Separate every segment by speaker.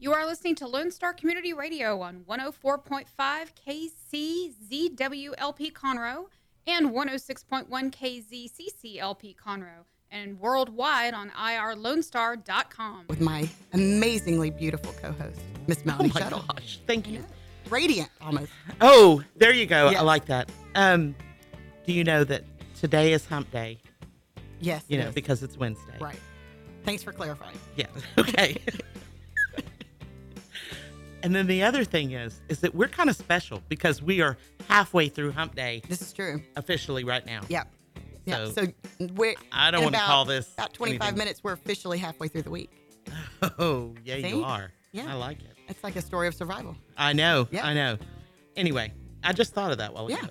Speaker 1: You are listening to Lone Star Community Radio on 104.5 KCZWLP Conroe and 106.1 KZCCLP Conroe and worldwide on irlonestar.com.
Speaker 2: with my amazingly beautiful co-host, Miss
Speaker 3: Oh
Speaker 2: Melanie
Speaker 3: my
Speaker 2: Shuttle.
Speaker 3: gosh. Thank you.
Speaker 2: Radiant almost.
Speaker 3: Oh, there you go.
Speaker 2: Yeah.
Speaker 3: I like that. Um, do you know that today is hump day?
Speaker 2: Yes.
Speaker 3: You
Speaker 2: it
Speaker 3: know,
Speaker 2: is.
Speaker 3: because it's Wednesday.
Speaker 2: right. Thanks for clarifying.
Speaker 3: Yeah. Okay. and then the other thing is, is that we're kind of special because we are halfway through hump day
Speaker 2: This is true.
Speaker 3: officially right now.
Speaker 2: Yep. Yeah.
Speaker 3: So-
Speaker 2: So, we're
Speaker 3: I don't
Speaker 2: in
Speaker 3: wanna
Speaker 2: about-
Speaker 3: call this
Speaker 2: about 25
Speaker 3: anything.
Speaker 2: minutes. We're officially halfway through the week.
Speaker 3: Oh, yeah,
Speaker 2: See?
Speaker 3: you are.
Speaker 2: Yeah.
Speaker 3: I like it.
Speaker 2: It's like a story of survival.
Speaker 3: I know.
Speaker 2: Yeah.
Speaker 3: I know. Anyway, I just thought of that while
Speaker 2: Yeah.
Speaker 3: ago.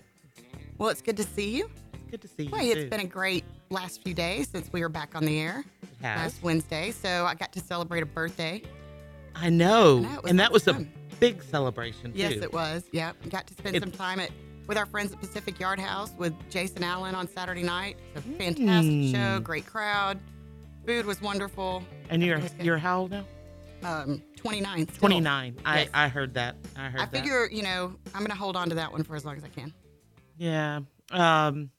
Speaker 2: Well, it's good to see you.
Speaker 3: It's good to see you.
Speaker 2: Wait, it's
Speaker 3: too.
Speaker 2: been a great last few days since we were back on the air
Speaker 3: It has.
Speaker 2: last Wednesday. So I got to celebrate a birthday.
Speaker 3: I know.
Speaker 2: I know, it was
Speaker 3: and that was
Speaker 2: fun.
Speaker 3: a big celebration
Speaker 2: Yes,
Speaker 3: too.
Speaker 2: it was. Yep. Got to spend
Speaker 3: It-
Speaker 2: some time at with our friends at Pacific Yard House with Jason Allen on Saturday night. It's a fantastic
Speaker 3: Mm.
Speaker 2: show, great crowd. Food was wonderful.
Speaker 3: And you're
Speaker 2: was good.
Speaker 3: you're how old now?
Speaker 2: Um, 29. still.
Speaker 3: Twenty nine. I
Speaker 2: Yes.
Speaker 3: I heard that. I heard
Speaker 2: I
Speaker 3: that.
Speaker 2: figure, you know, I'm going to hold on to that one for as long as I can.
Speaker 3: Yeah. Um,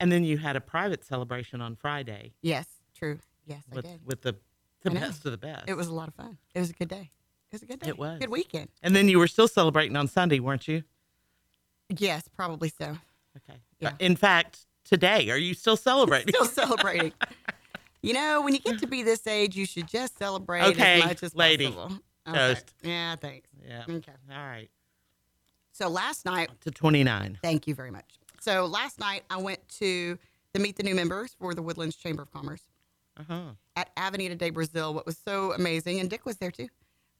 Speaker 3: and then you had a private celebration on Friday
Speaker 2: Yes, true. Yes, I
Speaker 3: with
Speaker 2: did.
Speaker 3: with the the
Speaker 2: I know.
Speaker 3: best of the best.
Speaker 2: It was a lot of fun. It was a good day. It was a good day.
Speaker 3: It was.
Speaker 2: Good weekend.
Speaker 3: And then you were still celebrating on Sunday, weren't you?
Speaker 2: Yes, probably so.
Speaker 3: Okay.
Speaker 2: Yeah.
Speaker 3: In fact, today, are you still celebrating?
Speaker 2: Still celebrating. you know, when you get to be this age, you should just celebrate
Speaker 3: Okay,
Speaker 2: as much as
Speaker 3: lady.
Speaker 2: possible.
Speaker 3: Toast.
Speaker 2: Yeah, thanks.
Speaker 3: yeah.
Speaker 2: Okay.
Speaker 3: All right.
Speaker 2: So last night,
Speaker 3: To twenty nine.
Speaker 2: Thank you very much. So last night I went to the Meet the New Members for the Woodlands Chamber of Commerce
Speaker 3: Uh huh.
Speaker 2: at Avenida de Brazil. What was so amazing, and Dick was there too,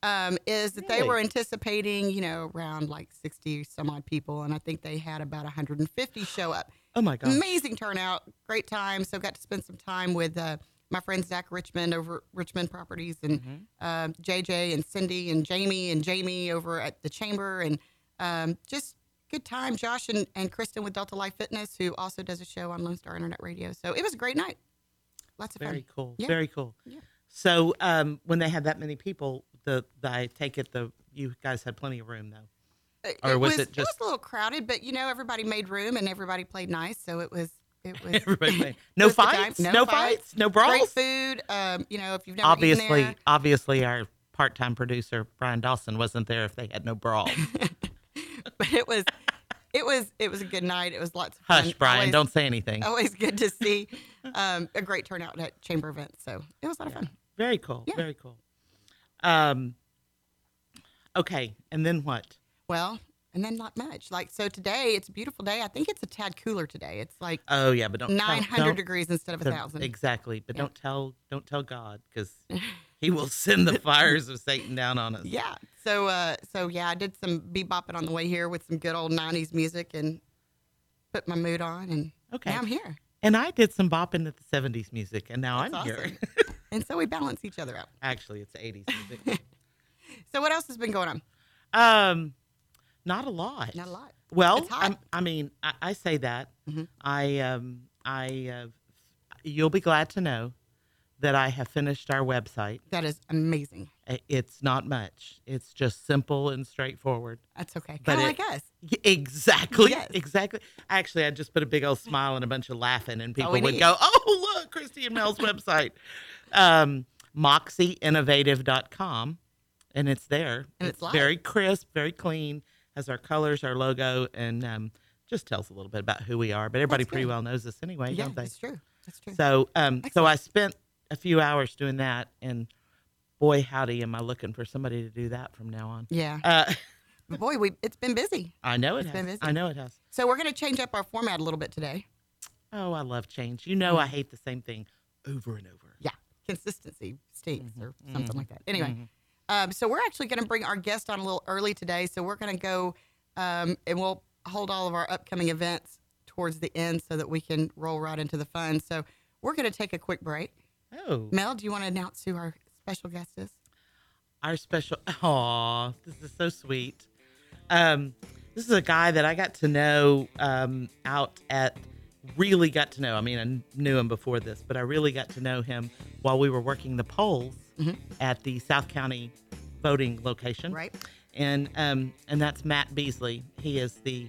Speaker 2: um, is that they
Speaker 3: Really?
Speaker 2: were anticipating, you know, around like 60 some odd people, and I think they had about 150 show up.
Speaker 3: Oh my gosh.
Speaker 2: Amazing turnout, great time. So got to spend some time with uh, my friend Zach Richmond over at Richmond Properties and
Speaker 3: Mhm.
Speaker 2: um, JJ and Cindy and Jamie and Jamie over at the chamber and um, just good time. Josh and, and Kristen with Delta Life Fitness, who also does a show on Lone Star Internet Radio. So it was a great night. Lots of
Speaker 3: Very
Speaker 2: fun.
Speaker 3: cool.
Speaker 2: Yeah.
Speaker 3: Very cool.
Speaker 2: Yeah.
Speaker 3: So um, when they had that many people, the, the I take it the you guys had plenty of room though.
Speaker 2: It-
Speaker 3: Or was it
Speaker 2: it was
Speaker 3: just-
Speaker 2: a little crowded, but you know everybody made room and everybody played nice, so it was it was
Speaker 3: Everybody,
Speaker 2: it
Speaker 3: made- no
Speaker 2: was a good time.
Speaker 3: fights, no, fights, no
Speaker 2: Great
Speaker 3: brawls.
Speaker 2: food. Um, you know, if you've never eaten
Speaker 3: Obviously,
Speaker 2: there,
Speaker 3: obviously, our part-time producer Brian Dawson wasn't there if they had no brawls.
Speaker 2: but it was it was it was a good night. It was lots of fun.
Speaker 3: Hush, Brian,
Speaker 2: Always- Oh.
Speaker 3: don't say anything.
Speaker 2: always good to see um, a great turnout at chamber events. So it was a lot of fun.
Speaker 3: Very cool.
Speaker 2: Yeah.
Speaker 3: Very cool. Um. Okay, and then what?
Speaker 2: Well, and then not much. Like so today, it's a beautiful day. I think it's a tad cooler today. It's like
Speaker 3: Oh yeah, but don't tell-
Speaker 2: nine
Speaker 3: don't-
Speaker 2: hundred degrees instead of a
Speaker 3: don't-
Speaker 2: thousand.
Speaker 3: Exactly, but
Speaker 2: Yeah.
Speaker 3: don't tell don't tell God because He will send the fires of Satan down on us.
Speaker 2: yeah. So uh, so yeah, I did some bebopping on the way here with some good old nineties music and put my mood on, and
Speaker 3: Okay.
Speaker 2: now I'm here.
Speaker 3: And I did some bopping at the 70s music, and now
Speaker 2: That's
Speaker 3: I'm here.
Speaker 2: awesome. And so we balance each other out.
Speaker 3: Actually, it's 80s music.
Speaker 2: So what else has been going on?
Speaker 3: um, not a lot.
Speaker 2: Not a lot.
Speaker 3: Well,
Speaker 2: It's hot.
Speaker 3: I'm, I mean, I, I say that.
Speaker 2: Mhm.
Speaker 3: I, um, I, uh, you'll be glad to know that I have finished our website.
Speaker 2: That is amazing.
Speaker 3: I- It's not much. It's just simple and straightforward.
Speaker 2: That's okay.
Speaker 3: But
Speaker 2: Kind of
Speaker 3: it-
Speaker 2: like us.
Speaker 3: Y- Exactly.
Speaker 2: Yes.
Speaker 3: Exactly. Actually, I just put a big old smile and a bunch of laughing, and people
Speaker 2: we
Speaker 3: would
Speaker 2: did.
Speaker 3: go, "Oh, look, Christy and Mel's website, um, moxyinnovative.com," and it's there.
Speaker 2: And it's live.
Speaker 3: very crisp, very clean. Has our colors, our logo, and um, just tells a little bit about who we are. But everybody
Speaker 2: That's
Speaker 3: pretty
Speaker 2: good.
Speaker 3: well knows us anyway,
Speaker 2: Yeah,
Speaker 3: don't they?
Speaker 2: that's true. That's true.
Speaker 3: So, um, so
Speaker 2: Excellent.
Speaker 3: I spent a few hours doing that, and boy, howdy, am I looking for somebody to do that from now on.
Speaker 2: yeah.
Speaker 3: Uh,
Speaker 2: But boy, we it's been busy.
Speaker 3: I know it
Speaker 2: It's
Speaker 3: has.
Speaker 2: been busy.
Speaker 3: I know it has.
Speaker 2: So we're going to change up our format a little bit today.
Speaker 3: Oh, I love change. You know, I hate the same thing over and over.
Speaker 2: Yeah, consistency stinks or
Speaker 3: Mhm.
Speaker 2: something like that. Anyway,
Speaker 3: Mhm.
Speaker 2: um, so we're actually going to bring our guest on a little early today. So we're going to go um, and we'll hold all of our upcoming events towards the end so that we can roll right into the fun. So we're going to take a quick break.
Speaker 3: Oh,
Speaker 2: Mel, do you want to announce who our special guest is?
Speaker 3: our special. Aw, this is so sweet. Um, this is a guy that I got to know um, out at. Really got to know. I mean, I kn- knew him before this, but I really got to know him while we were working the polls
Speaker 2: Mhm.
Speaker 3: at the South County voting location.
Speaker 2: Right.
Speaker 3: And um, and that's Matt Beasley. He is the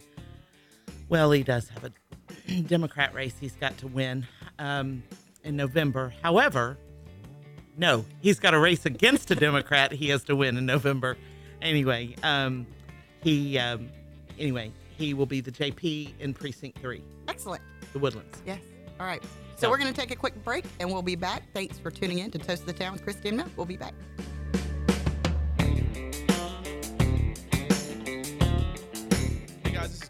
Speaker 3: well, he does have a Democrat race he's got to win um, in November. However, no, he's got a race against a Democrat he has to win in November. Anyway, um, he um, anyway he will be the JP in precinct three,
Speaker 2: Excellent.
Speaker 3: the Woodlands.
Speaker 2: Yes. All right. So we're going to take a quick break and we'll be back. Thanks for tuning in to Toast of the Town with Christy and Mel. We'll be back.
Speaker 4: Hey guys, this is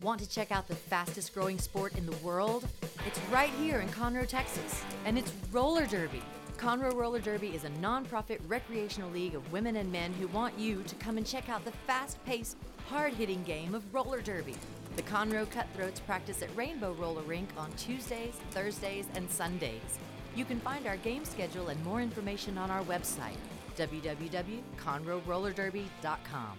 Speaker 5: Want to check out the fastest growing sport in the world? It's right here in Conroe, Texas, and it's roller derby. Conroe Roller Derby is a nonprofit recreational league of women and men who want you to come and check out the fast paced, hard hitting game of roller derby. The Conroe Cutthroats practice at Rainbow Roller Rink on Tuesdays, Thursdays, and Sundays. You can find our game schedule and more information on our website, www.conroerollerderby.com.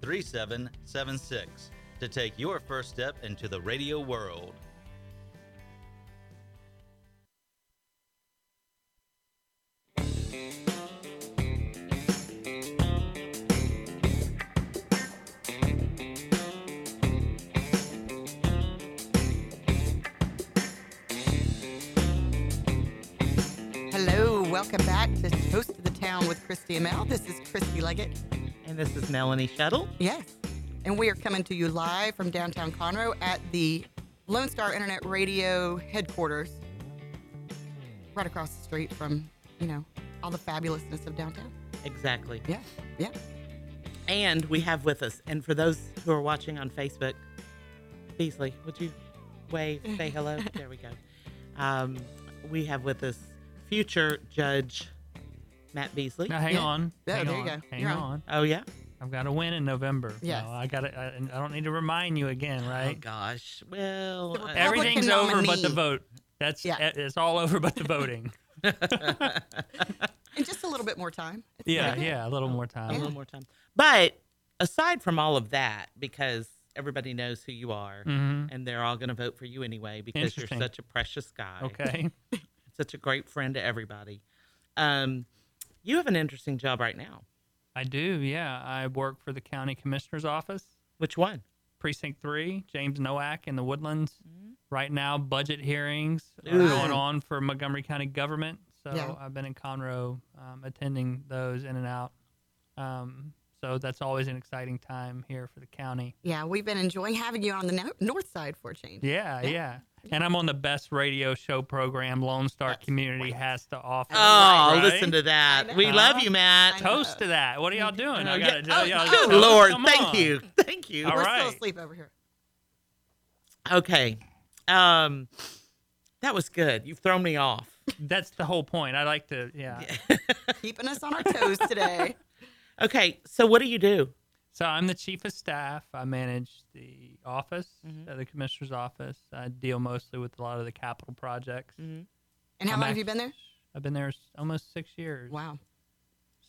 Speaker 6: 3776 to take your first step into the radio world.
Speaker 2: Hello. Welcome back to Toast of the Town with Christy and Mel. This is Christy Leggett.
Speaker 3: And this is Melanie Shuttle.
Speaker 2: Yes. And we are coming to you live from downtown Conroe at the Lone Star Internet Radio headquarters, right across the street from, you know, all the fabulousness of downtown.
Speaker 3: Exactly.
Speaker 2: Yeah. Yeah.
Speaker 3: And we have with us, and for those who are watching on Facebook, Beasley, would you wave, say hello? there we go. Um, we have with us future Judge Matt Beasley.
Speaker 7: Now hang
Speaker 2: Yeah.
Speaker 7: on.
Speaker 2: Yeah,
Speaker 7: hang
Speaker 2: there you
Speaker 7: on,
Speaker 2: go.
Speaker 7: Hang
Speaker 2: You're on.
Speaker 7: on.
Speaker 3: Oh, yeah?
Speaker 7: I've got to win in November.
Speaker 2: Yes.
Speaker 7: No, I got to. I, I don't need to remind you again,
Speaker 3: Oh,
Speaker 7: right?
Speaker 3: gosh. Well,
Speaker 2: The
Speaker 3: uh,
Speaker 2: Republican
Speaker 7: Everything's over but the
Speaker 2: nominee.
Speaker 7: vote. That's
Speaker 2: Yeah.
Speaker 7: eh, it's all over but the voting.
Speaker 2: And just a little bit more time. It's
Speaker 7: yeah,
Speaker 2: pretty good.
Speaker 7: yeah, a little more
Speaker 3: a
Speaker 7: time.
Speaker 3: little more time. But aside from all of that, because everybody knows who you are,
Speaker 7: hmm
Speaker 3: and they're all going to vote for you anyway because you're
Speaker 7: Interesting.
Speaker 3: such a precious guy.
Speaker 7: Okay.
Speaker 3: Such a great friend to everybody. Um, you have an interesting job right now.
Speaker 7: I do. Yeah, I work for the county commissioner's office,
Speaker 3: Which one?
Speaker 7: precinct three, James Noack in the Woodlands.
Speaker 3: Mm-hmm.
Speaker 7: Right now, budget hearings are
Speaker 3: Ooh.
Speaker 7: going on for Montgomery County government. So
Speaker 2: Yeah.
Speaker 7: I've been in Conroe um, attending those in and out. Um, so that's always an exciting time here for the county.
Speaker 2: Yeah. We've been enjoying having you on the no- north side for a change.
Speaker 7: Yeah, yeah. And I'm on the best radio show program Lone Star
Speaker 2: That's
Speaker 7: Community
Speaker 2: right.
Speaker 7: has to offer.
Speaker 3: Oh,
Speaker 7: Right?
Speaker 3: listen to
Speaker 2: I know.
Speaker 3: that. We love you,
Speaker 2: I
Speaker 3: Matt.
Speaker 2: know.
Speaker 7: toast to that. What are y'all doing? I gotta
Speaker 3: Oh,
Speaker 7: tell y'all. this
Speaker 3: good
Speaker 7: stuff.
Speaker 3: Lord.
Speaker 7: Come
Speaker 3: Thank
Speaker 7: on.
Speaker 3: you. Thank you.
Speaker 7: All
Speaker 2: We're
Speaker 7: right.
Speaker 2: still asleep over here.
Speaker 3: Okay. Um, that was good. You've thrown me off.
Speaker 7: That's the whole point. I like to. Yeah.
Speaker 2: Keeping us on our toes today.
Speaker 3: Okay. So, what do you do?
Speaker 7: So I'm the chief of staff. I manage the office,
Speaker 2: Mm-hmm.
Speaker 7: uh, the commissioner's office. I deal mostly with a lot of the capital projects.
Speaker 2: And how
Speaker 7: I'm
Speaker 2: long have you
Speaker 7: act-
Speaker 2: been there?
Speaker 7: I've been there s- almost six years.
Speaker 2: Wow.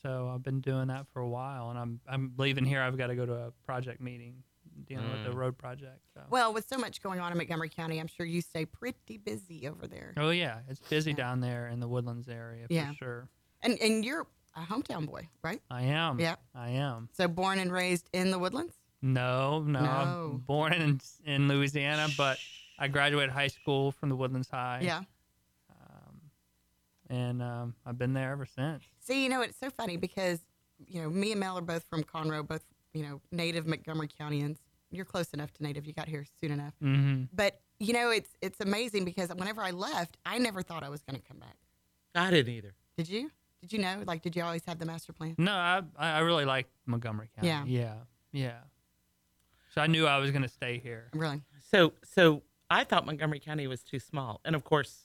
Speaker 7: So I've been doing that for a while, and I'm I'm leaving here. I've got to go to a project meeting dealing with
Speaker 3: Mm.
Speaker 7: the road project. So.
Speaker 2: Well, with so much going on in Montgomery County, I'm sure you stay pretty busy over there.
Speaker 7: Oh yeah, it's busy
Speaker 2: Yeah.
Speaker 7: down there in the Woodlands area for
Speaker 2: Yeah.
Speaker 7: sure.
Speaker 2: And and you're a hometown boy, right?
Speaker 7: I
Speaker 8: Um,
Speaker 7: am.
Speaker 2: Yeah.
Speaker 7: I am.
Speaker 2: So born and raised in the Woodlands.
Speaker 7: No, no.
Speaker 2: No.
Speaker 7: I'm born in, in Louisiana, but I graduated high school from the Woodlands High.
Speaker 2: Yeah.
Speaker 7: Um, and um, I've been there ever since.
Speaker 2: See, you know, it's so funny because you know, me and Mel are both from Conroe, both, you know, native Montgomery Countyans. You're close enough to native. You got here soon enough.
Speaker 7: Mm-hmm.
Speaker 2: But, you know, it's it's amazing because whenever I left, I never thought I was going to come back.
Speaker 3: I didn't either.
Speaker 2: Did you? Did you know? Like, did you always have the master plan?
Speaker 7: No, I I I really like Montgomery County.
Speaker 2: Yeah.
Speaker 7: yeah, yeah. So I knew I was going to stay here.
Speaker 2: Really?
Speaker 3: So so I thought Montgomery County was too small, and of course,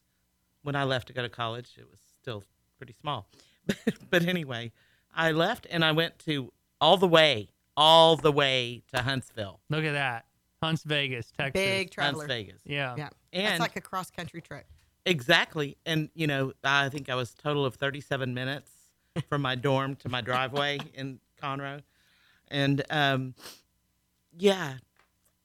Speaker 3: when I left to go to college, it was still pretty small. But, but anyway, I left and I went to all the way, all the way to Huntsville,
Speaker 7: Look at that, Hunts Vegas, Texas.
Speaker 2: Big
Speaker 3: Hunts
Speaker 2: traveler.
Speaker 3: Vegas.
Speaker 7: Yeah.
Speaker 2: Yeah.
Speaker 3: And
Speaker 2: That's like a cross country trip.
Speaker 3: Exactly. And, you know, I think I was total of 37 minutes from my dorm to my driveway in Conroe. And um, yeah,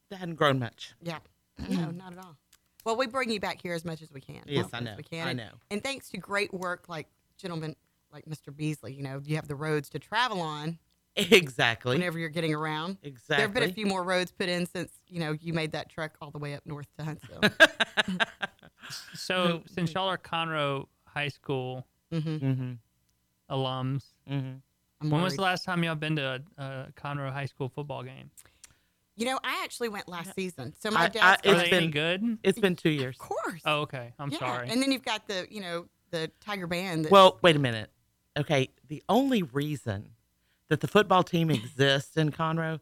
Speaker 3: that hadn't grown much.
Speaker 2: Yeah. No, not at all. Well, we bring you back here as much as we can.
Speaker 3: Yes,
Speaker 2: As
Speaker 3: I
Speaker 2: much
Speaker 3: know.
Speaker 2: as We can.
Speaker 3: I
Speaker 2: And-
Speaker 3: know.
Speaker 2: And thanks to great work like gentlemen like Mr. Beasley, you know, you have the roads to travel on
Speaker 3: Exactly.
Speaker 2: whenever you're getting around.
Speaker 3: exactly.
Speaker 2: There have been a few more roads put in since, you know, you made that trek all the way up north to Huntsville.
Speaker 7: So since y'all are Conroe High School
Speaker 2: mm-hmm.
Speaker 3: hmm
Speaker 7: alums,
Speaker 3: hmm
Speaker 2: I'm
Speaker 7: when was
Speaker 2: worried.
Speaker 7: the last time y'all been to a, a Conroe High School football game?
Speaker 2: You know, I actually went last season. So my
Speaker 3: I-
Speaker 2: dad's
Speaker 7: Are
Speaker 3: It's
Speaker 2: got-
Speaker 7: they any
Speaker 3: been-
Speaker 7: good?
Speaker 3: It's been two years.
Speaker 2: of course.
Speaker 7: Oh, okay. I'm
Speaker 2: yeah.
Speaker 7: sorry.
Speaker 2: And then you've got the, you know, the Tiger Band. That,
Speaker 3: Well, wait a minute. Okay. The only reason that the football team exists in Conroe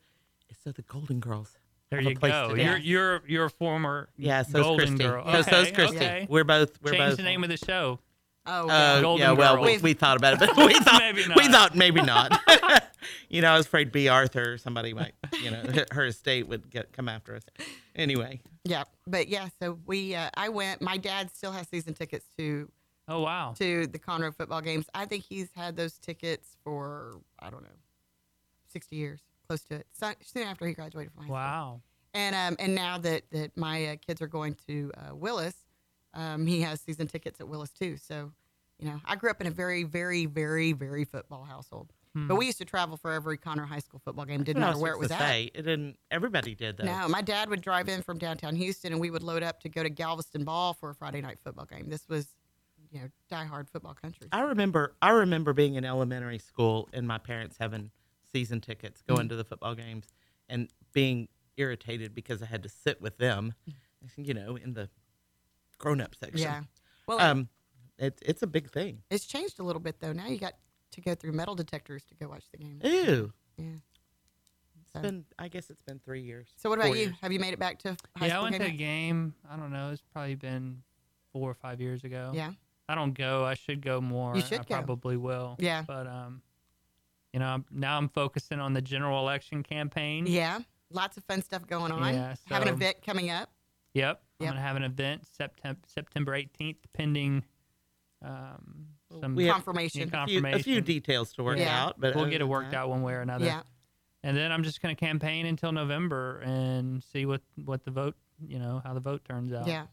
Speaker 3: is so the Golden Girls.
Speaker 7: there
Speaker 3: have a
Speaker 7: you
Speaker 3: place
Speaker 7: go.
Speaker 3: to
Speaker 7: You're
Speaker 3: be.
Speaker 7: you're you're a former
Speaker 2: Mm,
Speaker 3: Yeah, so's
Speaker 7: golden
Speaker 3: Christy.
Speaker 7: girl.
Speaker 3: So- so's
Speaker 7: Okay,
Speaker 3: Christy.
Speaker 7: okay.
Speaker 3: We're both. We're
Speaker 7: Change
Speaker 3: both
Speaker 7: the name of the show.
Speaker 2: oh,
Speaker 3: Uh,
Speaker 2: yeah.
Speaker 7: Golden
Speaker 3: yeah, well,
Speaker 7: Girls.
Speaker 3: we, we thought about it, but we thought
Speaker 7: Maybe
Speaker 3: we
Speaker 7: not.
Speaker 3: thought maybe not. you know, I was afraid B. Arthur or somebody might, you know, her estate would get come after us. Anyway,
Speaker 2: yeah. But yeah, so we, uh, I went. My dad still has season tickets to
Speaker 7: Oh wow.
Speaker 2: to the Conroe football games. I think he's had those tickets for I don't know, sixty years, close to it. So, soon after he graduated from high school.
Speaker 7: Wow.
Speaker 2: And um, and now that that my uh, kids are going to uh, Willis, um, he has season tickets at Willis too. So, you know, I grew up in a very, very, very, very football household.
Speaker 7: Hmm.
Speaker 2: But we used to travel for every Conroe High School football game. Didn't
Speaker 3: What
Speaker 2: matter where it was
Speaker 3: supposed to
Speaker 2: at.
Speaker 3: say. It didn't. Everybody did though.
Speaker 2: No, my dad would drive in from downtown Houston, and we would load up to go to Galveston Ball for a Friday night football game. This was, you know, diehard football country.
Speaker 3: I remember. I remember being in elementary school and my parents having season tickets, going
Speaker 2: Mm.
Speaker 3: to the football games, and being irritated because I had to sit with them, you know, in the grown-up section.
Speaker 2: Mm. Yeah. Well,
Speaker 3: Um, it's it's a big thing.
Speaker 2: It's changed a little bit though. Now you got to go through metal detectors to go watch the game.
Speaker 3: Ew.
Speaker 2: Yeah.
Speaker 3: It's
Speaker 2: So,
Speaker 3: been. I guess it's been three years.
Speaker 2: so what about
Speaker 3: four
Speaker 2: you?
Speaker 3: years.
Speaker 2: Have you made it back to
Speaker 7: Yeah,
Speaker 2: high
Speaker 7: I
Speaker 2: school?
Speaker 7: went to a
Speaker 2: game?
Speaker 7: game. I don't know. It's probably been four or five years ago.
Speaker 2: Yeah.
Speaker 7: I don't go. I should go more.
Speaker 2: You should
Speaker 7: I
Speaker 2: go.
Speaker 7: probably will.
Speaker 2: Yeah.
Speaker 7: But um, you know, I'm, now I'm focusing on the general election campaign.
Speaker 2: Yeah. Lots of fun stuff going on.
Speaker 7: Mm-hmm. Yeah,
Speaker 2: Having a
Speaker 7: so-
Speaker 2: event coming up.
Speaker 7: Yep.
Speaker 2: Yep.
Speaker 7: I'm gonna have an event September September 18th, pending um some
Speaker 3: we Yeah. have-
Speaker 2: Confirmation.
Speaker 7: Yeah.
Speaker 3: A few- A few
Speaker 7: Confirmation.
Speaker 3: details to work
Speaker 2: Yeah.
Speaker 3: out, but
Speaker 7: we'll
Speaker 3: other
Speaker 7: get it
Speaker 3: than
Speaker 7: worked
Speaker 3: that-
Speaker 7: out one way or another.
Speaker 2: Yeah.
Speaker 7: And then I'm just gonna campaign until November and see what what the vote you know how the vote turns out.
Speaker 2: Yeah.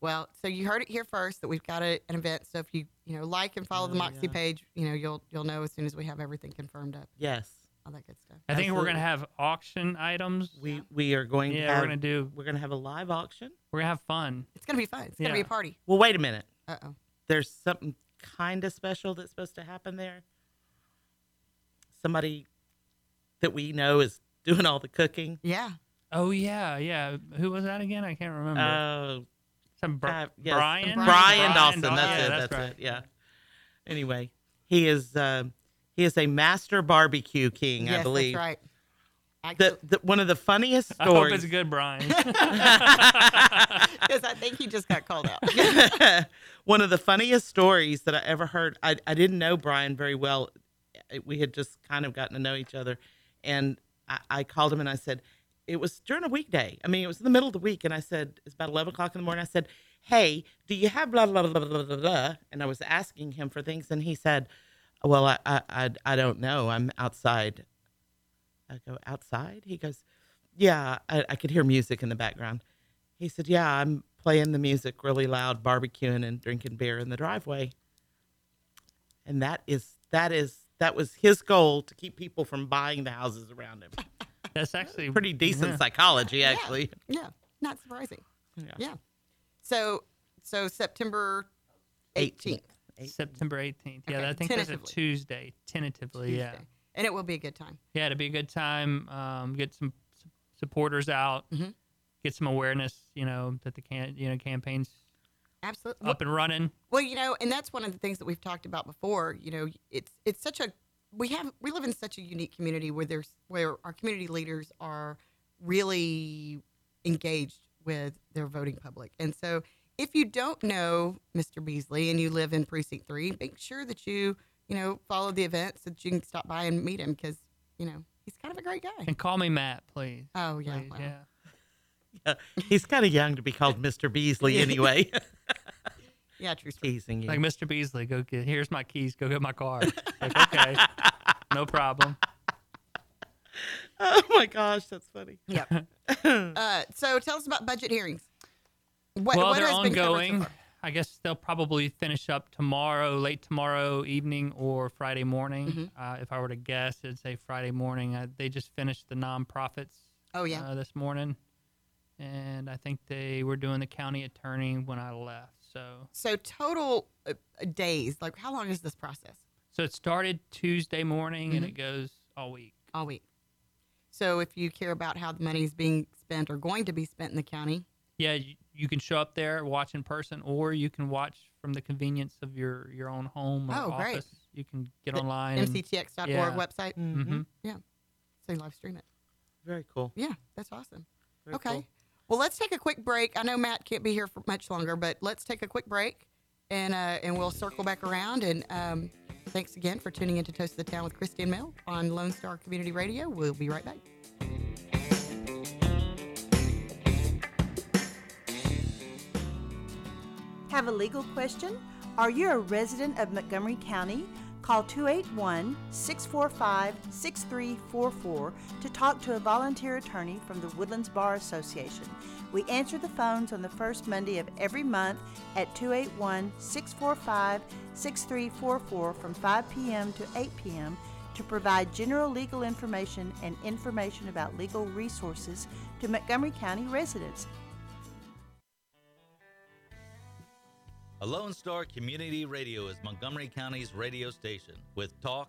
Speaker 2: Well, so you heard it here first that we've got a, an event. So if you you know like and follow the
Speaker 3: Oh,
Speaker 2: Moxie
Speaker 3: yeah.
Speaker 2: page, you know you'll you'll know as soon as we have everything confirmed up,
Speaker 3: Yes,
Speaker 2: all that good stuff.
Speaker 7: I think we're
Speaker 3: Absolutely.
Speaker 7: gonna have auction items.
Speaker 3: we we are going. to
Speaker 7: yeah,
Speaker 3: have,
Speaker 7: we're gonna do.
Speaker 3: we're gonna have a live auction.
Speaker 7: We're gonna have fun.
Speaker 2: It's gonna be fun. It's gonna be a
Speaker 7: Yeah.
Speaker 2: party.
Speaker 3: Well, wait a minute.
Speaker 2: Uh oh.
Speaker 3: There's something kind of special that's supposed to happen there. Somebody that we know is doing all the cooking.
Speaker 2: Yeah.
Speaker 7: Oh yeah, yeah. Who was that again? I can't remember.
Speaker 3: Uh,
Speaker 7: Some Bri-
Speaker 3: uh, yes.
Speaker 7: Brian?
Speaker 3: Brian, Dawson. That's
Speaker 7: yeah,
Speaker 3: it.
Speaker 7: That's,
Speaker 3: That's,
Speaker 7: right.
Speaker 3: it. Yeah. Anyway, he is um he is a master barbecue king,
Speaker 2: yes,
Speaker 3: I believe.
Speaker 2: That's right.
Speaker 3: The,
Speaker 2: Actually,
Speaker 3: the one of the funniest
Speaker 7: I hope
Speaker 3: stories.
Speaker 7: it's good, Brian.
Speaker 2: because I think he just got called out.
Speaker 3: one of the funniest stories that I ever heard. I, I didn't know Brian very well. We had just kind of gotten to know each other. And I, I called him and I said, it was during a weekday. I mean, it was in the middle of the week. And I said, it's about 11 o'clock in the morning. I said, hey, do you have blah, blah, blah, blah, blah, blah, blah? And I was asking him for things. And he said, well, I, I, I, I don't know. I'm outside. I go, outside? He goes, yeah, I, I could hear music in the background. He said, Yeah, I'm playing the music really loud, barbecuing and drinking beer in the driveway. And that is that is that was his goal to keep people from buying the houses around him.
Speaker 7: That's actually
Speaker 3: Pretty decent
Speaker 7: yeah.
Speaker 3: psychology, actually.
Speaker 2: Yeah, not surprising.
Speaker 3: Yeah.
Speaker 2: Yeah. So so September 18th.
Speaker 7: September 18th. Yeah,
Speaker 2: Okay,
Speaker 7: I think that's a
Speaker 2: tentatively.
Speaker 7: Tuesday, tentatively. Yeah.
Speaker 2: Tuesday. and it will be a good time.
Speaker 7: Yeah, it'd be a good time. Um, get some s- supporters out.
Speaker 3: Mm-hmm.
Speaker 2: Mhm.
Speaker 7: Get some awareness. You know that the can you know campaign's
Speaker 2: Absolutely.
Speaker 7: up and running.
Speaker 2: Well, you know, and that's one of the things that we've talked about before. You know, it's it's such a we have we live in such a unique community where there's where our community leaders are really engaged with their voting public. And so if you don't know Mr. Beasley and you live in precinct 3, make sure that you, you know, follow the event so that you can stop by and meet him cuz, you know, he's kind of a great guy.
Speaker 7: And call me Matt, please.
Speaker 2: Oh yeah.
Speaker 7: Please,
Speaker 2: wow.
Speaker 7: yeah.
Speaker 3: He's kind of young to be called Mr. Beasley anyway.
Speaker 2: Yeah, true story.
Speaker 3: Teasing you.
Speaker 7: Like Mr. Beasley, go get here's my keys. Go get my car. like, okay, no problem.
Speaker 3: oh my gosh, that's funny. Mm-hmm.
Speaker 2: Yep. uh, so tell us about budget hearings. What,
Speaker 7: well,
Speaker 2: what
Speaker 7: they're
Speaker 2: has been covered so
Speaker 7: ongoing.
Speaker 2: far?
Speaker 7: I guess they'll probably finish up tomorrow, late tomorrow evening or Friday morning.
Speaker 2: Mm-hmm.
Speaker 7: Uh, if I were to guess, it'd say Friday morning. Uh, they just finished the nonprofits
Speaker 2: Oh yeah.
Speaker 7: uh, this morning, and I think they were doing the county attorney when I left. So,
Speaker 2: So total uh, uh, days, like how long is this process?
Speaker 7: so it started Tuesday morning and it goes all week.
Speaker 2: All week. So if you care about how the money is being spent or going to be spent in the county,
Speaker 7: Yeah, you, you can show up there, watch in person, or you can watch from the convenience of your your own home or
Speaker 2: Oh,
Speaker 7: office.
Speaker 2: great.
Speaker 7: You can get
Speaker 2: The
Speaker 7: online. and-
Speaker 2: mctx.org
Speaker 7: yeah.
Speaker 2: website,
Speaker 7: Mhm.
Speaker 2: so you live stream it.
Speaker 3: Very cool.
Speaker 2: Yeah, that's awesome.
Speaker 3: Very
Speaker 2: okay.
Speaker 3: cool.
Speaker 2: Well, let's take a quick break. I know Matt can't be here for much longer, but let's take a quick break, and uh, and we'll circle back around. And um, thanks again for tuning into Toast of the Town with Christy and Mel on Lone Star Community Radio. We'll be right back.
Speaker 9: Have a legal question? Are you a resident of Montgomery County? Call 281 645 6344 to talk to a volunteer attorney from the Woodlands Bar Association. We answer the phones on the first Monday of every month at 281 645 6344 from 5 p.m. to 8 p.m. to provide general legal information and information about legal resources to Montgomery County residents.
Speaker 6: A Lone Star Community Radio is Montgomery County's radio station with talk,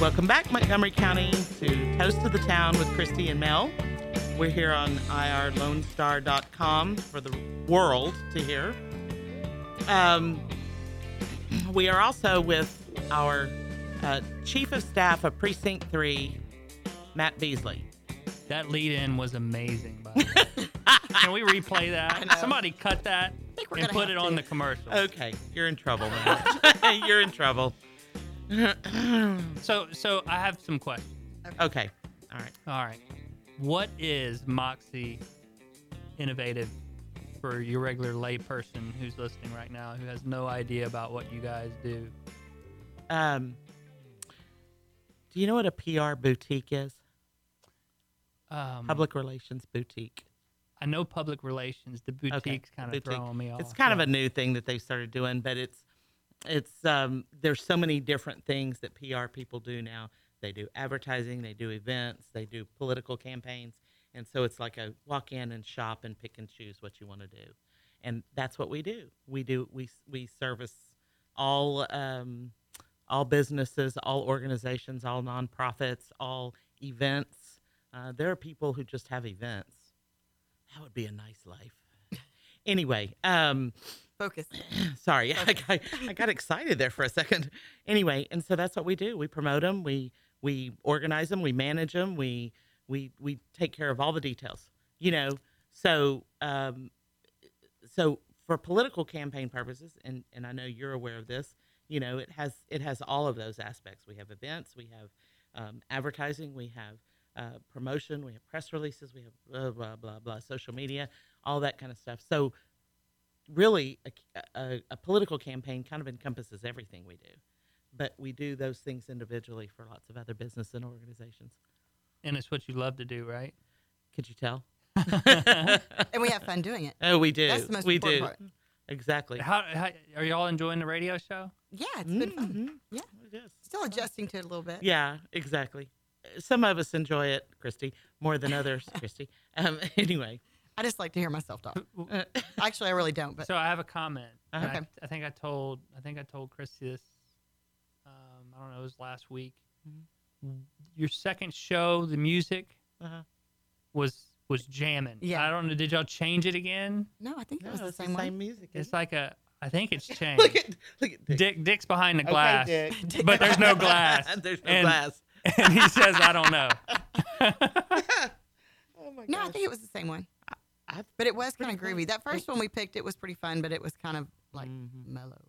Speaker 3: Welcome back, Montgomery County, to Toast of the Town with Christy and Mel. We're here on irlonestar.com for the world to hear. Um, we are also with our uh, Chief of Staff of Precinct 3, Matt Beasley.
Speaker 7: That lead in was amazing. By the way. Can we replay that? Somebody cut that
Speaker 2: think we're
Speaker 7: and
Speaker 2: gonna
Speaker 7: put
Speaker 2: have
Speaker 7: it on
Speaker 2: to.
Speaker 7: the commercial.
Speaker 3: Okay, you're in trouble, Matt. you're in trouble.
Speaker 7: So, so I have some questions.
Speaker 3: Okay, all right.
Speaker 7: All right, what is Moxie Innovative for your regular layperson who's listening right now who has no idea about what you guys do?
Speaker 3: Um, do you know what a PR boutique is?
Speaker 8: Hmm.
Speaker 7: Um,
Speaker 3: Public relations boutique.
Speaker 7: I know public relations. The boutiques kind of
Speaker 3: boutique.
Speaker 7: throwing
Speaker 8: Oh,
Speaker 7: me off.
Speaker 3: It's kind of
Speaker 7: Yeah.
Speaker 3: a new thing that they started doing, but it's it's um, there's so many different things that PR people do now. They do advertising, they do events, they do political campaigns, and so it's like a walk in and shop and pick and choose what you want to do, and that's what we do. We do we we service all um, all businesses, all organizations, all nonprofits, all events. Uh, there are people who just have events. That would be a nice life. Anyway, um,
Speaker 2: focus.
Speaker 3: sorry, I, got, I got excited there for a second. Anyway, and so that's what we do. We promote them. We we organize them. We manage them. We we we take care of all the details. You know, so um, so for political campaign purposes, and and I know you're aware of this. You know, it has it has all of those aspects. We have events. We have um, advertising. We have uh, promotion. We have press releases. We have blah blah blah blah social media, all that kind of stuff. So really a, a, a political campaign kind of encompasses everything we do but we do those things individually for lots of other business and organizations
Speaker 7: and it's what you love to do, right?
Speaker 3: Could you tell?
Speaker 2: and we have fun doing it.
Speaker 3: oh we do
Speaker 2: That's the most
Speaker 3: we do
Speaker 2: important part.
Speaker 3: exactly
Speaker 7: How, how are y'all enjoying the radio show?
Speaker 2: Yeah, it's been fun. Yeah. Still adjusting to it a little bit.
Speaker 3: Mm-hmm. Uh-huh. yeah exactly some of us enjoy it christy more than others christy um, anyway
Speaker 2: I just like to hear myself talk. Uh, Actually, I really don't, but
Speaker 7: so I have a comment. and
Speaker 2: Okay.
Speaker 7: I, I think I told I think I told Christy this. Um, I don't know. It was last week. Your second show, the music
Speaker 3: Mm-hmm. Uh-huh.
Speaker 7: was was jamming.
Speaker 2: Yeah.
Speaker 7: I don't know. Did y'all change it again?
Speaker 2: no, I think it was
Speaker 3: No,
Speaker 2: the
Speaker 3: it's the
Speaker 2: same one.
Speaker 3: same music
Speaker 7: It's
Speaker 3: isn't
Speaker 7: like a. I think it's changed.
Speaker 3: Look at- look at
Speaker 7: Dick.
Speaker 3: Dick.
Speaker 7: Dick's behind the glass,
Speaker 3: Dick. Dick.
Speaker 7: but there's no glass.
Speaker 3: There's no
Speaker 7: and,
Speaker 3: glass.
Speaker 7: And he says, "I don't know."
Speaker 3: oh my
Speaker 2: No, I think it was the same one.
Speaker 3: I-
Speaker 2: but it was kind of
Speaker 3: pretty
Speaker 2: groovy. That first one we picked, it was pretty fun, but it was kind of like
Speaker 3: Mhm.
Speaker 2: mellow.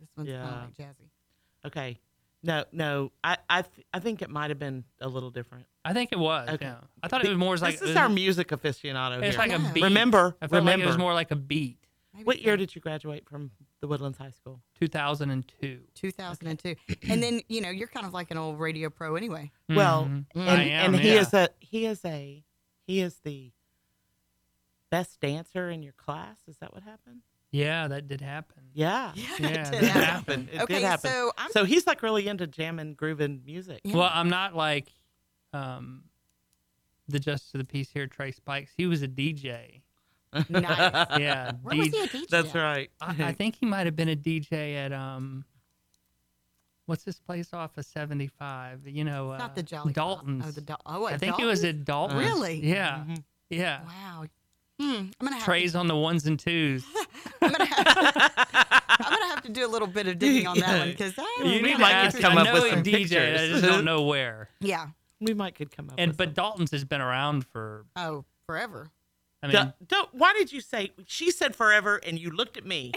Speaker 2: This one's
Speaker 3: Yeah.
Speaker 2: kind of like jazzy.
Speaker 3: okay no no i i, th- I think it might have been a little different uh,
Speaker 7: I think it was.
Speaker 3: Okay.
Speaker 7: Yeah. I thought it was more as like
Speaker 3: this is
Speaker 7: it
Speaker 3: our
Speaker 7: was-
Speaker 3: music aficionado
Speaker 7: It's
Speaker 3: here.
Speaker 7: like
Speaker 2: Yeah.
Speaker 7: a beat.
Speaker 3: Remember-
Speaker 7: I felt like it was
Speaker 3: remember.
Speaker 7: more like a beat.
Speaker 2: Maybe
Speaker 3: what
Speaker 2: it's
Speaker 3: year
Speaker 2: not.
Speaker 3: did you graduate from the woodlands high school
Speaker 7: 2002.
Speaker 2: 2002. and then, you know, you're kind of like an old radio pro anyway.
Speaker 3: Well,
Speaker 7: Mhm.
Speaker 3: and,
Speaker 7: I am,
Speaker 3: and he
Speaker 7: yeah.
Speaker 3: is a he is a he is the best dancer in your class. Is that what happened?
Speaker 7: Yeah, that did happen.
Speaker 3: Yeah,
Speaker 2: Yeah, it
Speaker 7: Yeah,
Speaker 2: did
Speaker 3: it
Speaker 2: happen.
Speaker 3: happened. It
Speaker 2: Okay,
Speaker 3: did happen.
Speaker 2: so I'm-
Speaker 3: he's like really into jamming, grooving music.
Speaker 2: Yeah.
Speaker 7: Well, I'm not like um, the justice of the peace here, Trey Spikes. He was a DJ.
Speaker 2: Nice.
Speaker 7: Yeah,
Speaker 2: Where was
Speaker 7: D-
Speaker 2: he a DJ?
Speaker 3: That's
Speaker 2: at?
Speaker 3: right.
Speaker 7: I, I think he might have been a DJ at um, what's this place off of 75? You know,
Speaker 2: It's
Speaker 7: uh,
Speaker 2: not the Jolly Col-
Speaker 7: Dalton's.
Speaker 2: Oh, the Dal- oh,
Speaker 7: I
Speaker 2: at
Speaker 7: think it was
Speaker 2: Dalton's?
Speaker 7: at Dalton.
Speaker 2: Really?
Speaker 7: Yeah,
Speaker 3: uh,
Speaker 7: yeah.
Speaker 2: Wow. Hmm. I'm gonna have
Speaker 7: Trey's on the ones and twos.
Speaker 2: To, I'm, gonna have
Speaker 3: Mm-hmm.
Speaker 2: to, I'm gonna have to do a little bit of digging on that one because
Speaker 7: you need to
Speaker 3: might
Speaker 7: ask.
Speaker 3: could come
Speaker 7: I
Speaker 3: up
Speaker 7: know
Speaker 3: with
Speaker 7: he
Speaker 3: some
Speaker 7: DJ. I
Speaker 3: pictures.
Speaker 7: just don't know where.
Speaker 2: Yeah.
Speaker 3: we might could come up.
Speaker 7: And
Speaker 3: with
Speaker 7: but
Speaker 3: something.
Speaker 7: Dalton's has been around for.
Speaker 2: Oh, forever.
Speaker 7: I mean,
Speaker 3: Duh, don't- why did you say she said forever and you looked at me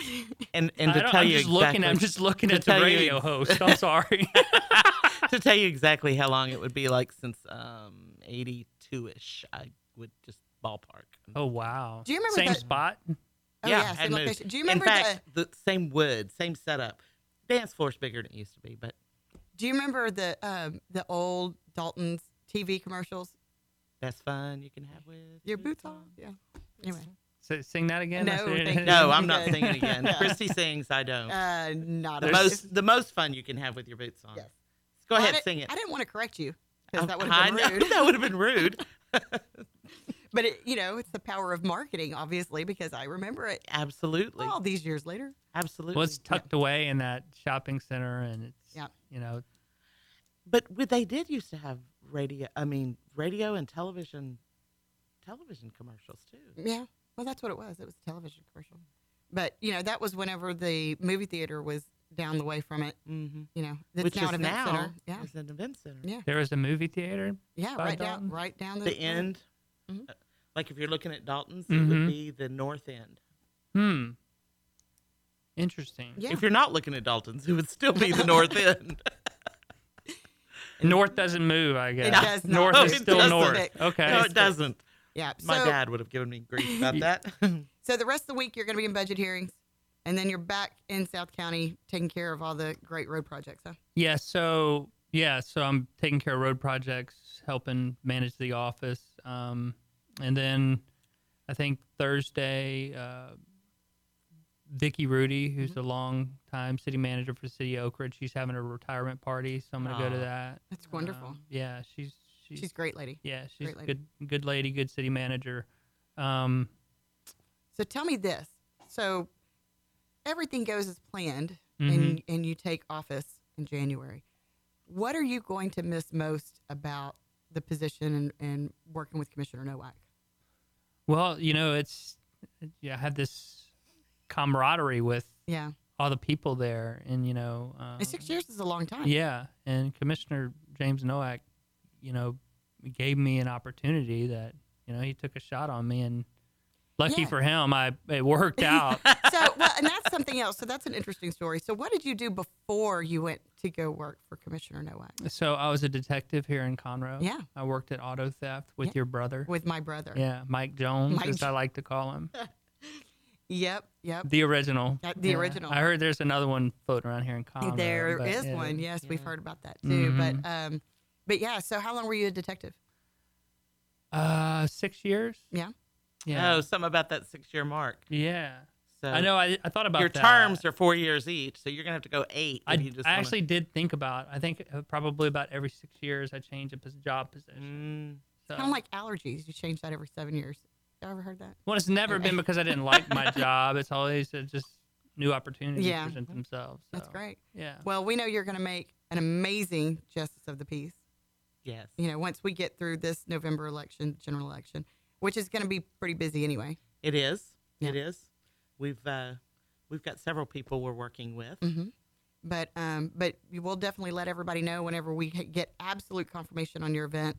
Speaker 3: and and
Speaker 7: I
Speaker 3: to
Speaker 7: don't-
Speaker 3: tell
Speaker 7: I'm
Speaker 3: you
Speaker 7: just
Speaker 3: exactly,
Speaker 7: looking. I'm just looking
Speaker 3: to
Speaker 7: at the
Speaker 3: tell you
Speaker 7: radio
Speaker 3: ex-
Speaker 7: host. I'm sorry.
Speaker 3: to tell you exactly how long it would be like since um 82 ish I would just ballpark
Speaker 7: oh wow.
Speaker 2: Do you remember
Speaker 7: same
Speaker 2: that-
Speaker 7: spot?
Speaker 2: Oh,
Speaker 3: yeah,
Speaker 2: yeah,
Speaker 3: had
Speaker 2: same
Speaker 3: moved.
Speaker 2: location. Do you remember
Speaker 3: In fact, the... same wood, same setup. Dance floor's bigger than it used to be, but
Speaker 2: Do you remember the um, the old Dalton's TV commercials?
Speaker 3: best fun you can have with
Speaker 2: Your boots on? Yeah. Anyway.
Speaker 7: So, sing that again.
Speaker 2: No,
Speaker 7: I said-
Speaker 2: thank you.
Speaker 3: No, I'm not
Speaker 2: Okay.
Speaker 3: singing again.
Speaker 2: Yeah.
Speaker 3: Christy sings, I don't.
Speaker 2: Uh, not
Speaker 3: the
Speaker 2: a-
Speaker 3: most the most fun you can have with your boots on.
Speaker 2: Yes.
Speaker 3: Go
Speaker 2: I
Speaker 3: ahead,
Speaker 2: didn't-
Speaker 3: sing it.
Speaker 2: I didn't want to correct you because
Speaker 3: Um,
Speaker 2: that would
Speaker 3: I
Speaker 2: have
Speaker 3: know,
Speaker 2: been rude.
Speaker 3: that would have been rude.
Speaker 2: But it, you know, it's the power of marketing, obviously, because I remember it
Speaker 3: Absolutely.
Speaker 2: all these years later.
Speaker 3: Absolutely.
Speaker 7: Well, it's tucked away in that shopping center, and it's
Speaker 2: Yeah.
Speaker 7: you know
Speaker 3: But we, they did used to have radio I mean radio and television television commercials too.
Speaker 2: Yeah. Well, that's what it was. It was a television commercial. But you know, that was whenever the movie theater was down the way from it.
Speaker 3: Mm-hmm.
Speaker 2: You know, Mm. that's
Speaker 3: Which
Speaker 2: now
Speaker 3: is
Speaker 2: an event
Speaker 3: now
Speaker 2: center. Yeah.
Speaker 3: is an event center.
Speaker 2: Yeah.
Speaker 7: there was a movie theater.
Speaker 2: Yeah.
Speaker 7: By
Speaker 2: Right
Speaker 7: Dalton?
Speaker 2: down. Right down
Speaker 3: the end.
Speaker 2: Mhm.
Speaker 3: Uh, Like if you're looking at Dalton's, it
Speaker 7: Mhm.
Speaker 3: would be the north end.
Speaker 7: Hmm. Interesting.
Speaker 2: Yeah.
Speaker 3: If you're not looking at Dalton's, it would still be the north end.
Speaker 7: North doesn't move, I guess.
Speaker 2: does not
Speaker 7: north is
Speaker 2: move.
Speaker 7: still
Speaker 2: Oh, It
Speaker 7: north.
Speaker 2: doesn't.
Speaker 7: Okay.
Speaker 3: no, it doesn't.
Speaker 2: Yeah. So,
Speaker 3: My dad would have given me grief about that.
Speaker 2: So the rest of the week you're going to be in budget hearings, and then you're back in South County taking care of all the great road projects. Huh?
Speaker 7: Yeah, so yeah, so I'm taking care of road projects, helping manage the office, um, and then I think Thursday, uh, Vicky Rudy,
Speaker 3: Mm-hmm.
Speaker 7: who's a long time city manager for the City of Oak Ridge, she's having a retirement party, so I'm gonna go to
Speaker 3: Aw.
Speaker 7: that.
Speaker 2: That's wonderful.
Speaker 7: Um, yeah, she's she's,
Speaker 2: She's a great lady.
Speaker 7: yeah she's
Speaker 2: great
Speaker 7: a
Speaker 2: lady.
Speaker 7: good good lady, good city manager. Um,
Speaker 2: So tell me this. So everything goes as planned,
Speaker 7: mm-hmm.
Speaker 2: and and you take office in January, what are you going to miss most about the position and, and working with Commissioner Nowak?
Speaker 7: Well, you know, it's yeah, I had this camaraderie with
Speaker 2: Yeah.
Speaker 7: all the people there, and you know, um,
Speaker 2: And six years is a long time.
Speaker 7: Yeah, and Commissioner James Nowak, you know, gave me an opportunity that you know he took a shot on me, and lucky
Speaker 2: Yeah.
Speaker 7: for him, I it worked out.
Speaker 2: So well, and that's something else. So that's an interesting story. So what did you do before you went to go work for Commissioner Nowak?
Speaker 7: so I was a detective here in Conroe.
Speaker 2: Yeah.
Speaker 7: I worked at auto theft with
Speaker 2: Yeah.
Speaker 7: your brother.
Speaker 2: With my brother.
Speaker 7: yeah, Mike Jones,
Speaker 2: Mike
Speaker 7: as I
Speaker 2: Jo-
Speaker 7: like to call him.
Speaker 2: Yep. Yep.
Speaker 7: The original.
Speaker 2: Uh, the
Speaker 7: Oh, Yeah.
Speaker 2: original.
Speaker 7: I heard there's another one floating around here in Conroe.
Speaker 2: There
Speaker 7: but
Speaker 2: is
Speaker 7: yeah, Mm-hmm.
Speaker 2: one. Yes, we've heard about that too. But um, but yeah. So how long were you a detective?
Speaker 7: Uh, six years.
Speaker 2: Yeah.
Speaker 7: Yeah.
Speaker 3: Oh, something about that six year mark.
Speaker 7: Yeah.
Speaker 3: So
Speaker 7: I know. I, I thought about
Speaker 3: your
Speaker 7: that.
Speaker 3: terms are four years each, so you're gonna have to go eight.
Speaker 7: I,
Speaker 3: if you just
Speaker 7: I
Speaker 3: wanna-
Speaker 7: actually did think about. I think uh, probably about every six years I change a pos- job
Speaker 3: Mm.
Speaker 7: position. So,
Speaker 2: Kind of like allergies. You change that every seven years. You ever heard that?
Speaker 7: well, it's never been because I didn't like my job. It's always uh, just new opportunities
Speaker 2: Yeah.
Speaker 7: present themselves.
Speaker 2: That's
Speaker 7: so.
Speaker 2: great.
Speaker 7: Yeah.
Speaker 2: Well, we know you're going to make an amazing justice of the peace.
Speaker 3: Yes.
Speaker 2: You know, once we get through this November election, general election, which is going to be pretty busy anyway.
Speaker 3: It is.
Speaker 2: Yeah.
Speaker 3: It is. We've uh, we've got several people we're working with.
Speaker 2: hmm But um, but you will definitely let everybody know whenever we ha- get absolute confirmation on your event.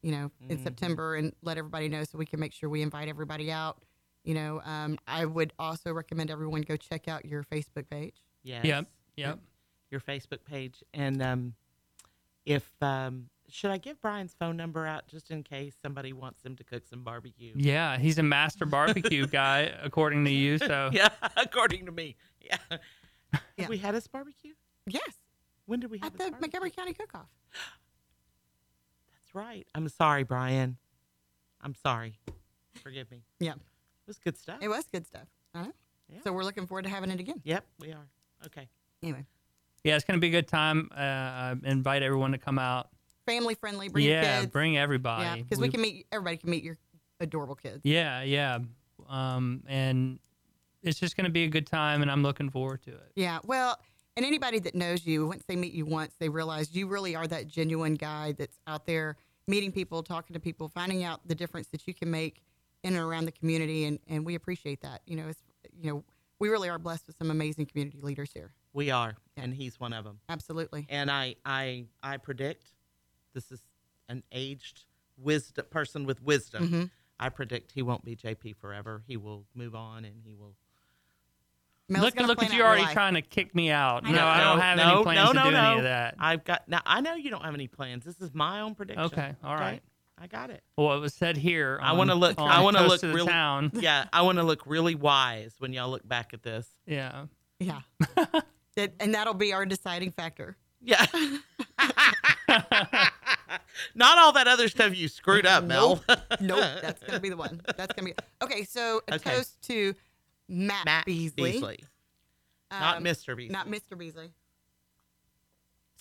Speaker 2: You know, in
Speaker 3: Mhm.
Speaker 2: September, and let everybody know so we can make sure we invite everybody out. You know, um, I would also recommend everyone go check out your Facebook page.
Speaker 3: Yes.
Speaker 7: Yep.
Speaker 3: Your Facebook page, and um, if um, should I give Brian's phone number out just in case somebody wants him to cook some barbecue?
Speaker 7: Yeah. He's a master barbecue guy, according to you. So
Speaker 3: yeah, according to me. Yeah.
Speaker 2: Yeah.
Speaker 3: Have we had his barbecue?
Speaker 2: Yes,
Speaker 3: When did we have
Speaker 2: at the
Speaker 3: his barbecue?
Speaker 2: Montgomery County Cook Off.
Speaker 3: That's right. I'm sorry, Brian. I'm sorry. Forgive me.
Speaker 2: Yeah,
Speaker 3: It was good stuff.
Speaker 2: it was good stuff. I know.
Speaker 3: Oh. Yeah.
Speaker 2: So we're looking forward to having it again.
Speaker 3: Yep, we are. Okay.
Speaker 2: Anyway,
Speaker 7: yeah, it's gonna be a good time. Uh, I invite everyone to come out.
Speaker 2: family friendly. Bring your
Speaker 7: yeah,
Speaker 2: kids.
Speaker 7: bring
Speaker 2: yeah,
Speaker 7: everybody.
Speaker 2: because we, can meet everybody can meet your adorable kids.
Speaker 7: Yeah, yeah. Um, and it's just going to be a good time, and I'm looking forward to it.
Speaker 2: Yeah. Well, and anybody that knows you, once they meet you once, they realize you really are that genuine guy that's out there meeting people, talking to people, finding out the difference that you can make in and around the community. And, and we appreciate that. You know, it's, you know, we really are blessed with some amazing community leaders here.
Speaker 3: We are, and he's one of them.
Speaker 2: Absolutely.
Speaker 3: And I, I, I predict this is an aged wisdom person with wisdom.
Speaker 2: Mhm.
Speaker 3: I predict he won't be JP forever. He will move on, and he will.
Speaker 2: Mel's
Speaker 7: look,
Speaker 2: gonna
Speaker 7: look
Speaker 2: plan
Speaker 7: at
Speaker 2: out
Speaker 7: you
Speaker 2: your
Speaker 7: already
Speaker 2: life.
Speaker 7: trying to kick me out. No, I don't have
Speaker 3: no,
Speaker 7: any plans
Speaker 3: no,
Speaker 7: to
Speaker 3: no,
Speaker 7: do
Speaker 3: no.
Speaker 7: any of that.
Speaker 3: I've got now. I know you don't have any plans. This is my own prediction.
Speaker 7: Okay, all right.
Speaker 3: I got it.
Speaker 7: Well, it was said here.
Speaker 3: I want to
Speaker 7: on-
Speaker 3: look.
Speaker 7: on
Speaker 3: I want to
Speaker 7: Toast
Speaker 3: look
Speaker 7: the
Speaker 3: really.
Speaker 7: town.
Speaker 3: Yeah, I want to look really wise when y'all look back at this.
Speaker 7: Yeah,
Speaker 2: Yeah. that, and that'll be our deciding factor.
Speaker 3: Yeah. Not all that other stuff you screwed up, Mel.
Speaker 2: Nope. that's going to be the one. That's going to be. Okay. So a
Speaker 3: Okay.
Speaker 2: toast to Matt,
Speaker 3: Matt
Speaker 2: Beasley.
Speaker 3: Not
Speaker 2: Um,
Speaker 3: Mr. Beasley.
Speaker 2: Not Mr. Beasley.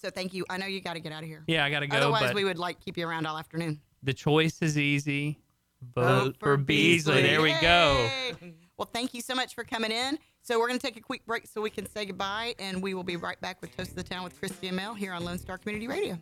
Speaker 2: So thank you. I know you got to get out of here.
Speaker 7: yeah. I got to go.
Speaker 2: Otherwise,
Speaker 7: but
Speaker 2: we would like keep you around all afternoon.
Speaker 7: the choice is easy. Vote,
Speaker 2: Vote
Speaker 7: for Beasley. There we go.
Speaker 2: Yay! Well, thank you so much for coming in. So we're going to take a quick break so we can say goodbye, and we will be right back with Toast of the Town with Christy and Mel here on Lone Star Community Radio.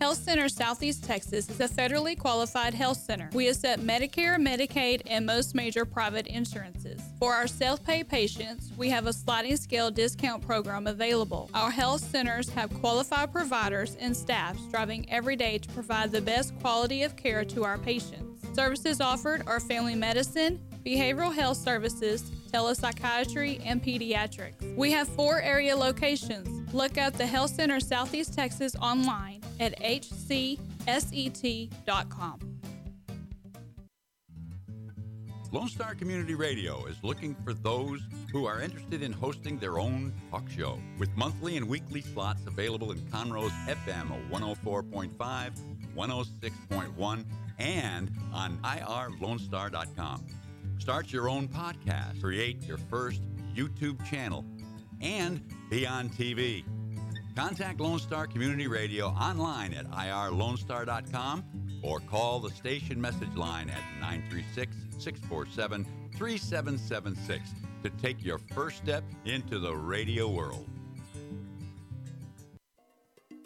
Speaker 10: Health Center Southeast Texas is a federally qualified health center. We accept Medicare, Medicaid, and most major private insurances. For our self pay patients, we have a sliding scale discount program available. Our health centers have qualified providers and staff striving every day to provide the best quality of care to our patients. Services offered are family medicine, behavioral health services, telepsychiatry, and pediatrics. We have four area locations. Look up the Health Center Southeast Texas online at
Speaker 6: E
Speaker 10: hcset.com.
Speaker 11: Lone Star Community Radio is looking for those who are interested in hosting their own talk show with monthly and weekly slots available in Conroe's FM 104.5, 106.1, and on irlonestar.com. Start your own podcast, create your first YouTube channel, and be on TV. Contact Lone Star Community Radio online at irlonestar.com or call the station message line at 936 647 3776 to take your first step into the radio world.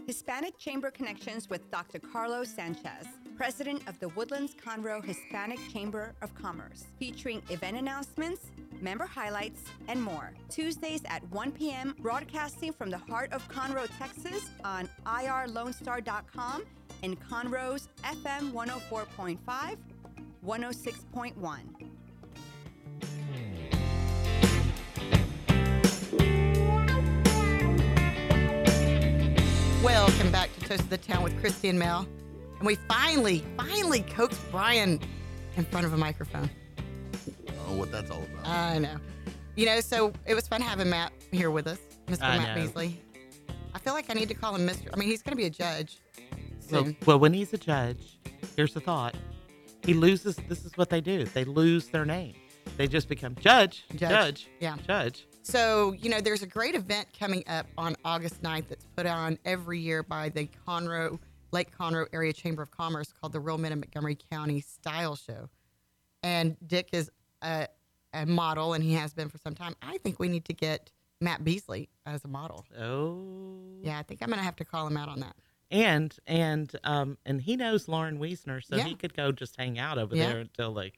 Speaker 12: Hispanic Chamber Connections with Dr. Carlos Sanchez, President of the Woodlands Conroe Hispanic Chamber of Commerce, featuring event announcements, member highlights, and more. Tuesdays at 1 p.m., broadcasting from the heart of Conroe, Texas on irlonestar.com and Conroe's FM 104.5, 106.1.
Speaker 2: Welcome back to Toast of the Town with Christy and Mel. And we finally, finally coaxed Brian in front of a microphone.
Speaker 11: I don't know Oh, what that's all about.
Speaker 2: I know. You know, so it was fun having Matt here with us, Mr.
Speaker 3: I
Speaker 2: Matt
Speaker 3: know.
Speaker 2: Beasley. I feel like I need to call him Mr. I mean, he's going to be a judge
Speaker 3: Well,
Speaker 2: soon.
Speaker 3: well, when he's a judge, here's the thought: he loses. This is what they do. They lose their name. They just become judge,
Speaker 2: Judge,
Speaker 3: judge,
Speaker 2: yeah.
Speaker 3: judge.
Speaker 2: So, you know, there's a great event coming up on August 9th that's put on every year by the Conroe, Lake Conroe Area Chamber of Commerce called the Real Men of Montgomery County Style Show. And Dick is a, a model, and he has been for some time. I think we need to get Matt Beasley as a model.
Speaker 3: Oh.
Speaker 2: Yeah, I think I'm going to have to call him out on that.
Speaker 3: And and um and he knows Lauren Wiesner, so
Speaker 2: Yeah.
Speaker 3: he could go just hang out over
Speaker 2: Yeah.
Speaker 3: there until they you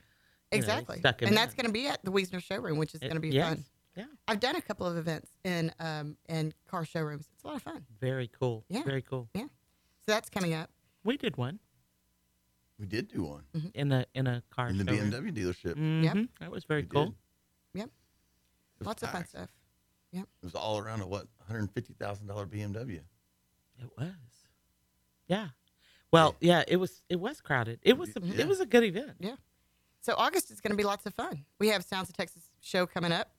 Speaker 3: know,
Speaker 2: Exactly.
Speaker 3: stuck him
Speaker 2: and that's
Speaker 3: in.
Speaker 2: going to be at the Wiesner Showroom, which is
Speaker 3: It-
Speaker 2: going to be
Speaker 3: yes.
Speaker 2: fun.
Speaker 3: Yeah.
Speaker 2: I've done a couple of events in um, in car showrooms. It's a lot of fun.
Speaker 3: very cool.
Speaker 2: Yeah.
Speaker 3: Very cool.
Speaker 2: Yeah. So that's coming up.
Speaker 3: We did one
Speaker 13: We did do one.
Speaker 2: Mm-hmm.
Speaker 3: in a in a car
Speaker 13: In the
Speaker 3: showroom.
Speaker 13: BMW dealership.
Speaker 3: Mhm.
Speaker 13: Yep.
Speaker 3: That was very
Speaker 13: We did.
Speaker 3: cool.
Speaker 2: Yep.
Speaker 13: was
Speaker 2: Lots of fun
Speaker 13: packed.
Speaker 2: stuff.
Speaker 13: It was all around a what, hundred fifty thousand dollar BMW.
Speaker 3: It was. Yeah. Well, yeah, it was it was crowded. It was a,
Speaker 2: Yeah.
Speaker 3: it was a good event.
Speaker 2: Yeah. So August is going to be lots of fun. We have Sounds of Texas show coming up,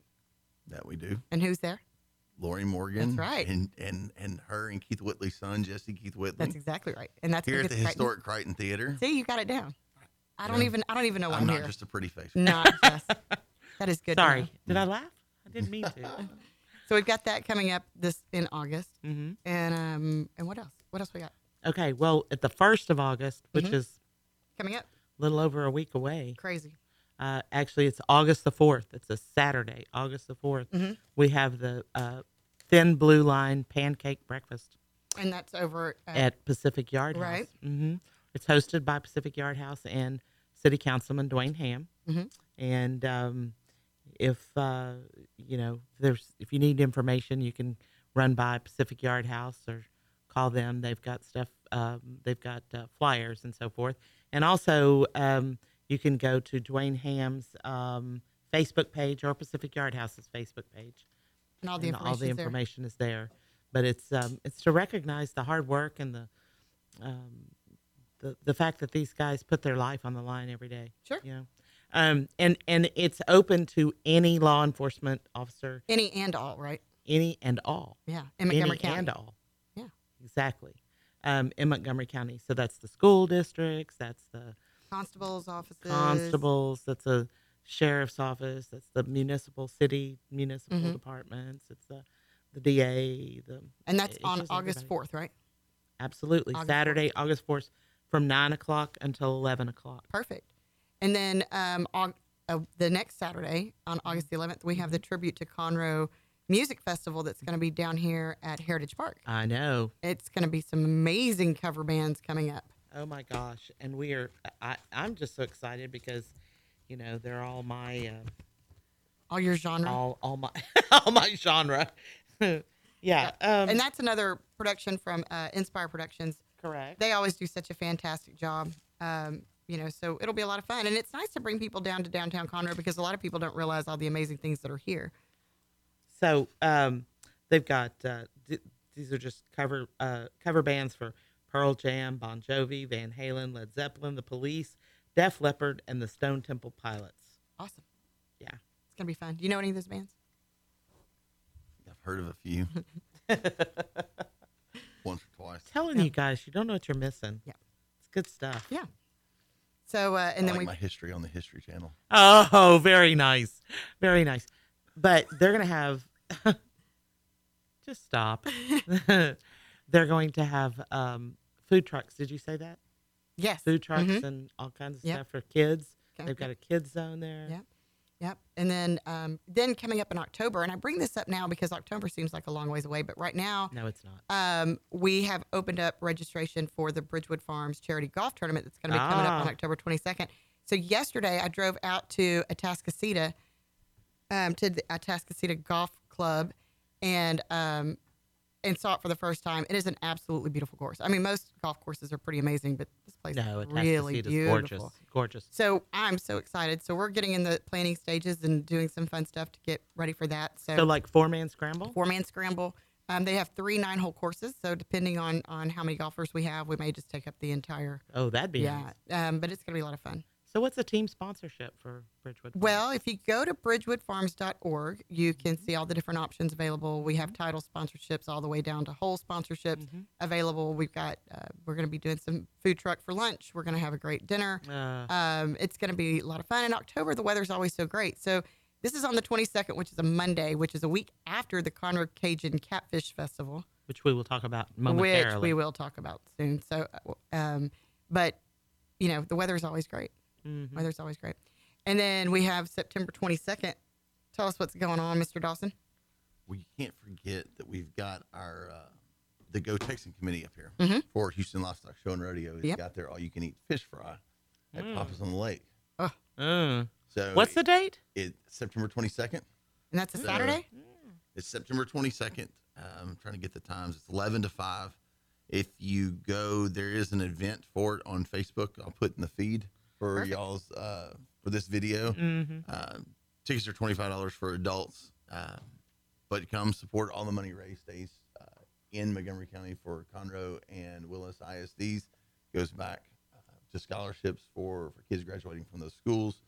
Speaker 13: That we do.
Speaker 2: and who's there?
Speaker 13: Lori Morgan.
Speaker 2: right.
Speaker 13: And and and her and Keith Whitley's son, Jesse Keith Whitley.
Speaker 2: That's exactly right. And that's
Speaker 13: here
Speaker 2: gonna
Speaker 13: at Mm-hmm. the
Speaker 2: get Crichton-
Speaker 13: historic Crichton Theater.
Speaker 2: See, you got it down. I don't
Speaker 13: Yeah.
Speaker 2: even. I don't even know why
Speaker 13: I'm
Speaker 2: I'm,
Speaker 13: not
Speaker 2: here.
Speaker 13: just a pretty face.
Speaker 2: Not just. That is good. to
Speaker 3: Sorry.
Speaker 2: know.
Speaker 3: Did I laugh? I didn't mean to.
Speaker 2: So we've got that coming up this in August,
Speaker 3: Mhm.
Speaker 2: and um, and what else? What else we got
Speaker 3: okay, well, at the 1st of August, which
Speaker 2: Mhm.
Speaker 3: is
Speaker 2: coming up?
Speaker 3: a little over a week away.
Speaker 2: Crazy.
Speaker 3: Uh, actually, it's August the 4th. It's a Saturday, August the 4th.
Speaker 2: Mhm.
Speaker 3: We have the uh, Thin Blue Line Pancake Breakfast
Speaker 2: And that's over uh, at,
Speaker 3: at Pacific Yard House.
Speaker 2: right.
Speaker 3: hmm It's hosted by Pacific Yard House and City Councilman Dwayne Ham.
Speaker 2: Mhm.
Speaker 3: And um, if uh, you know, if there's if you need information, you can run by Pacific Yard House or call them. They've got stuff. Um, they've got uh, flyers and so forth. And also, um, you can go to Dwayne Ham's um, Facebook page or Pacific Yard House's Facebook page
Speaker 2: And all the
Speaker 3: all the
Speaker 2: information's there.
Speaker 3: information is there. But it's um, it's to recognize the hard work and the um, the the fact that these guys put their life on the line every day.
Speaker 2: Sure.
Speaker 3: You know, um, and and it's open to any law enforcement officer,
Speaker 2: any and all, right?
Speaker 3: any and all.
Speaker 2: Yeah, in Montgomery
Speaker 3: Any
Speaker 2: County.
Speaker 3: and all.
Speaker 2: Yeah.
Speaker 3: Exactly. Um, in Montgomery County, so that's the school districts, that's the
Speaker 2: Constables' offices.
Speaker 3: constables, that's a sheriff's office, that's the municipal city municipal
Speaker 2: Mhm.
Speaker 3: departments, it's the the DA, the
Speaker 2: And that's
Speaker 3: it's
Speaker 2: on
Speaker 3: just
Speaker 2: August
Speaker 3: everybody.
Speaker 2: fourth, right?
Speaker 3: Absolutely,
Speaker 2: August 4th.
Speaker 3: Saturday, August fourth, from nine o'clock until eleven o'clock.
Speaker 2: Perfect. And then um, on uh, the next Saturday, on August the 11th, we have the tribute to Conroe Music Festival that's going to be down here at Heritage Park.
Speaker 3: I know.
Speaker 2: It's going to be some amazing cover bands coming up.
Speaker 3: Oh my gosh! And we are. I I'm just so excited because, you know, they're all my. Uh,
Speaker 2: All your genre.
Speaker 3: All all my all my genre. yeah. Um,
Speaker 2: and that's another production from uh, Inspire Productions.
Speaker 3: Correct.
Speaker 2: They always do such a fantastic job. Um, you know, so it'll be a lot of fun. And it's nice to bring people down to downtown Conroe because a lot of people don't realize all the amazing things that are here.
Speaker 3: So um, they've got uh, th- these are just cover uh, cover bands for Pearl Jam, Bon Jovi, Van Halen, Led Zeppelin, The Police, Def Leppard, and the Stone Temple Pilots.
Speaker 2: Awesome.
Speaker 3: Yeah,
Speaker 2: It's going to be fun. Do you know any of those bands?
Speaker 13: I've heard of a few. Once or twice.
Speaker 3: telling you guys, you don't know what you're missing.
Speaker 2: Yeah,
Speaker 3: it's good stuff.
Speaker 2: Yeah. So uh, and
Speaker 13: I
Speaker 2: then
Speaker 13: like
Speaker 2: we
Speaker 13: my history on the History Channel.
Speaker 3: Oh, very nice, very nice. But they're gonna have. just stop. they're going to have um, food trucks. Did you say that?
Speaker 2: Yes.
Speaker 3: Food trucks
Speaker 2: Mhm.
Speaker 3: and all kinds of
Speaker 2: Yep.
Speaker 3: stuff for kids.
Speaker 2: Okay.
Speaker 3: They've got a kids zone there.
Speaker 2: Yep. Yep. And then um, then coming up in October, and I bring this up now because October seems like a long ways away, but right now
Speaker 3: No, it's not.
Speaker 2: um, we have opened up registration for the Bridgewood Farms Charity Golf Tournament that's going to be coming up on
Speaker 3: Ah.
Speaker 2: October 22nd. So yesterday I drove out to Atascocita, um, to the Atascocita Golf Club, and um, and saw it for the first time. It is an absolutely beautiful course. I mean, most golf courses are pretty amazing, but this place
Speaker 3: No,
Speaker 2: is
Speaker 3: it
Speaker 2: really
Speaker 3: has to see it. It's
Speaker 2: beautiful.
Speaker 3: gorgeous. Gorgeous.
Speaker 2: So I'm so excited. So we're getting in the planning stages and doing some fun stuff to get ready for that. So,
Speaker 3: So like four man scramble?
Speaker 2: four man scramble. Um, they have three nine hole courses. So depending on on how many golfers we have, we may just take up the entire.
Speaker 3: Oh, that'd be
Speaker 2: yeah.
Speaker 3: nice.
Speaker 2: Um, but it's gonna be a lot of fun.
Speaker 3: So what's the team sponsorship for Bridgewood?
Speaker 2: Well, if you go to bridgewoodfarms.org, you can see all the different options available. We have
Speaker 3: Mm-hmm.
Speaker 2: title sponsorships all the way down to whole
Speaker 3: Mm.
Speaker 2: sponsorships available. We've got, uh, we're going to be doing some food truck for lunch. We're going to have a great dinner.
Speaker 3: Uh.
Speaker 2: Um, it's going to be a lot of fun. In October, the weather's always so great. So this is on the 22nd, which is a Monday, which is a week after the Conroe Cajun Catfish Festival
Speaker 3: Which we will talk about momentarily.
Speaker 2: which we will talk about soon. So, um, but you know, the weather's always great.
Speaker 3: Mhm.
Speaker 2: Weather's always great. And then we have September 22nd. Tell us what's going on, Mr. Dawson.
Speaker 13: We can't forget that we've got our uh, the Go Texan committee up here
Speaker 2: Mhm.
Speaker 13: for Houston Livestock Show and Rodeo. It's
Speaker 2: Yep.
Speaker 13: got their all you can eat fish fry at
Speaker 2: Mm.
Speaker 13: Papa's on the Lake.
Speaker 2: Oh.
Speaker 13: So
Speaker 3: Mm. What's the date?
Speaker 13: It September 22nd.
Speaker 2: And that's a
Speaker 13: So-
Speaker 2: Saturday?
Speaker 13: It's September 22nd. Um, I'm trying to get the times. It's 11 to 5. If you go, there is an event for it on Facebook. I'll put in the feed for
Speaker 2: Perfect.
Speaker 13: y'all's uh, for this video.
Speaker 3: Mhm.
Speaker 13: Um, tickets are twenty five dollars for adults, uh, but come support all the money raised stays uh, in Montgomery County for Conroe and Willis ISDs. Goes back uh, to scholarships for for kids graduating from those schools.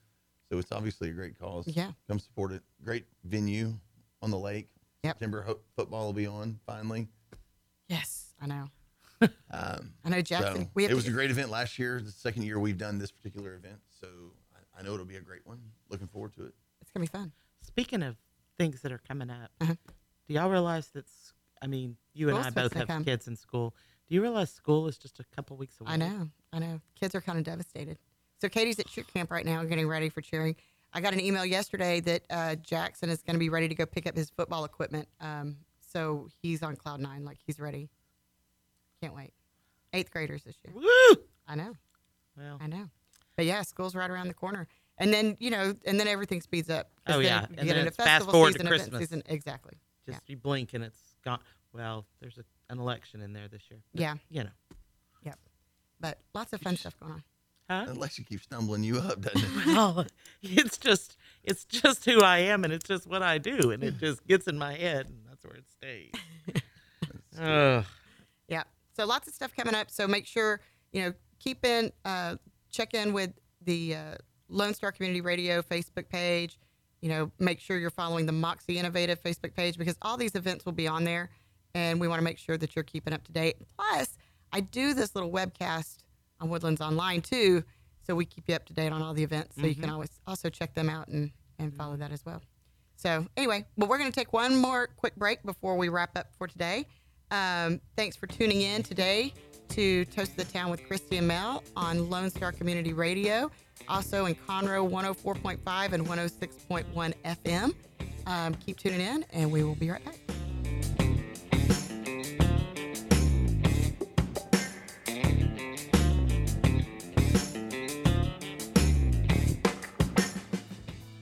Speaker 13: So it's obviously a great cause.
Speaker 2: Yeah.
Speaker 13: come support it. Great venue on the lake.
Speaker 2: Yep.
Speaker 13: September ho- football will be on finally.
Speaker 2: Yes, I know.
Speaker 13: Um,
Speaker 2: I know Jackson.
Speaker 13: so
Speaker 2: we have
Speaker 13: it
Speaker 2: to
Speaker 13: was
Speaker 2: get-
Speaker 13: a great event last year. The second year we've done this particular event, so I, I know it'll be a great one. Looking forward to it.
Speaker 2: It's gonna be fun.
Speaker 3: Speaking of things that are coming up,
Speaker 2: Mm-hmm.
Speaker 3: do y'all realize that's? I mean, you and I
Speaker 2: School's
Speaker 3: both
Speaker 2: supposed to
Speaker 3: have
Speaker 2: come.
Speaker 3: kids in school. Do you realize school is just a couple weeks away?
Speaker 2: I know. I know. Kids are kind of devastated. So Katie's at shoot camp right now, getting ready for cheering. I got an email yesterday that uh, Jackson is going to be ready to go pick up his football equipment. Um, so he's on cloud nine, like he's ready. Can't wait. Eighth graders this year.
Speaker 3: Woo!
Speaker 2: I know.
Speaker 3: Well,
Speaker 2: I know. But yeah, school's right around the corner, and then you know, and then everything speeds up. 'Cause
Speaker 3: Oh,
Speaker 2: then
Speaker 3: yeah.
Speaker 2: you
Speaker 3: And
Speaker 2: get
Speaker 3: then
Speaker 2: into
Speaker 3: it's fast
Speaker 2: festival
Speaker 3: forward to
Speaker 2: season, event
Speaker 3: Christmas.
Speaker 2: season. Exactly.
Speaker 3: Just you blink and it's gone. Well, there's a, an election in there this year. but,
Speaker 2: Yeah.
Speaker 3: You know.
Speaker 2: Yep. But lots of fun stuff going on.
Speaker 3: Huh?
Speaker 13: Unless you keep stumbling you up, doesn't it?
Speaker 3: Well, it's just it's just who I am and it's just what I do and it just gets in my head and that's where it stays. Ugh.
Speaker 2: Yeah. So lots of stuff coming up. So make sure you know keep in uh, check in with the uh, Lone Star Community Radio Facebook page. You know, make sure you're following the Moxie Innovative Facebook page because all these events will be on there, and we want to make sure that you're keeping up to date. Plus, I do this little webcast on Woodlands Online too, so we keep you up to date on all the events. So you can
Speaker 3: Mhm.
Speaker 2: always also check them out and and follow that as well. So anyway, well, we're going to take one more quick break before we wrap up for today. Um, thanks for tuning in today to Toast the Town with Christy and Mel on Lone Star Community Radio, also in Conroe 104.5 and 106.1 FM. Um, keep tuning in, and we will be right back.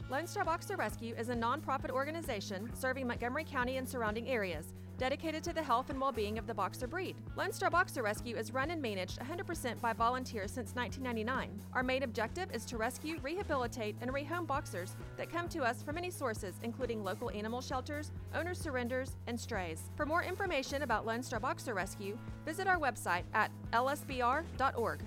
Speaker 14: Lone Star Boxer Rescue is a nonprofit organization serving Montgomery County and surrounding areas, dedicated to the health and well being of the boxer breed. Lone Star Boxer Rescue is run and managed 100% by volunteers since 1999. Our main objective is to rescue, rehabilitate, and rehome boxers that come to us from many sources, including local animal shelters, owner surrenders, and strays. For more information about Lone Star Boxer Rescue, visit our website at lsbr.org.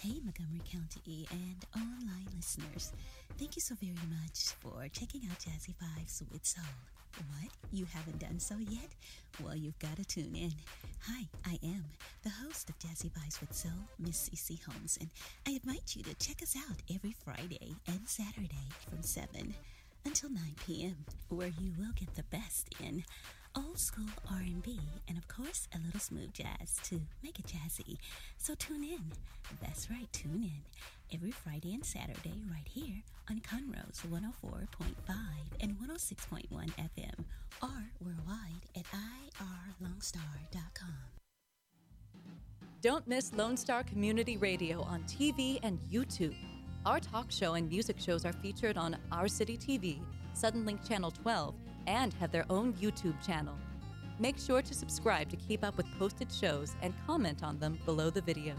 Speaker 15: Hey, Montgomery County and online listeners. Thank you so very much for checking out Jazzy Vibes with Soul. What? You haven't done so yet? Well, you've got to tune in. Hi, I am the host of Jazzy Vibes with Soul, Miss Cece Holmes, and I invite you to check us out every Friday and Saturday from 7 until 9 p.m., where you will get the best in old school R&B, and of course, a little smooth jazz to make it jazzy. So tune in. That's right, tune in every Friday and Saturday right here on Conroe's 104.5 and 106.1 FM or worldwide at irlongstar.com.
Speaker 16: Don't miss Lone Star Community Radio on TV and YouTube. Our talk show and music shows are featured on Our City TV, Suddenlink Channel 12, and have their own YouTube channel. Make sure to subscribe to keep up with posted shows and comment on them below the video.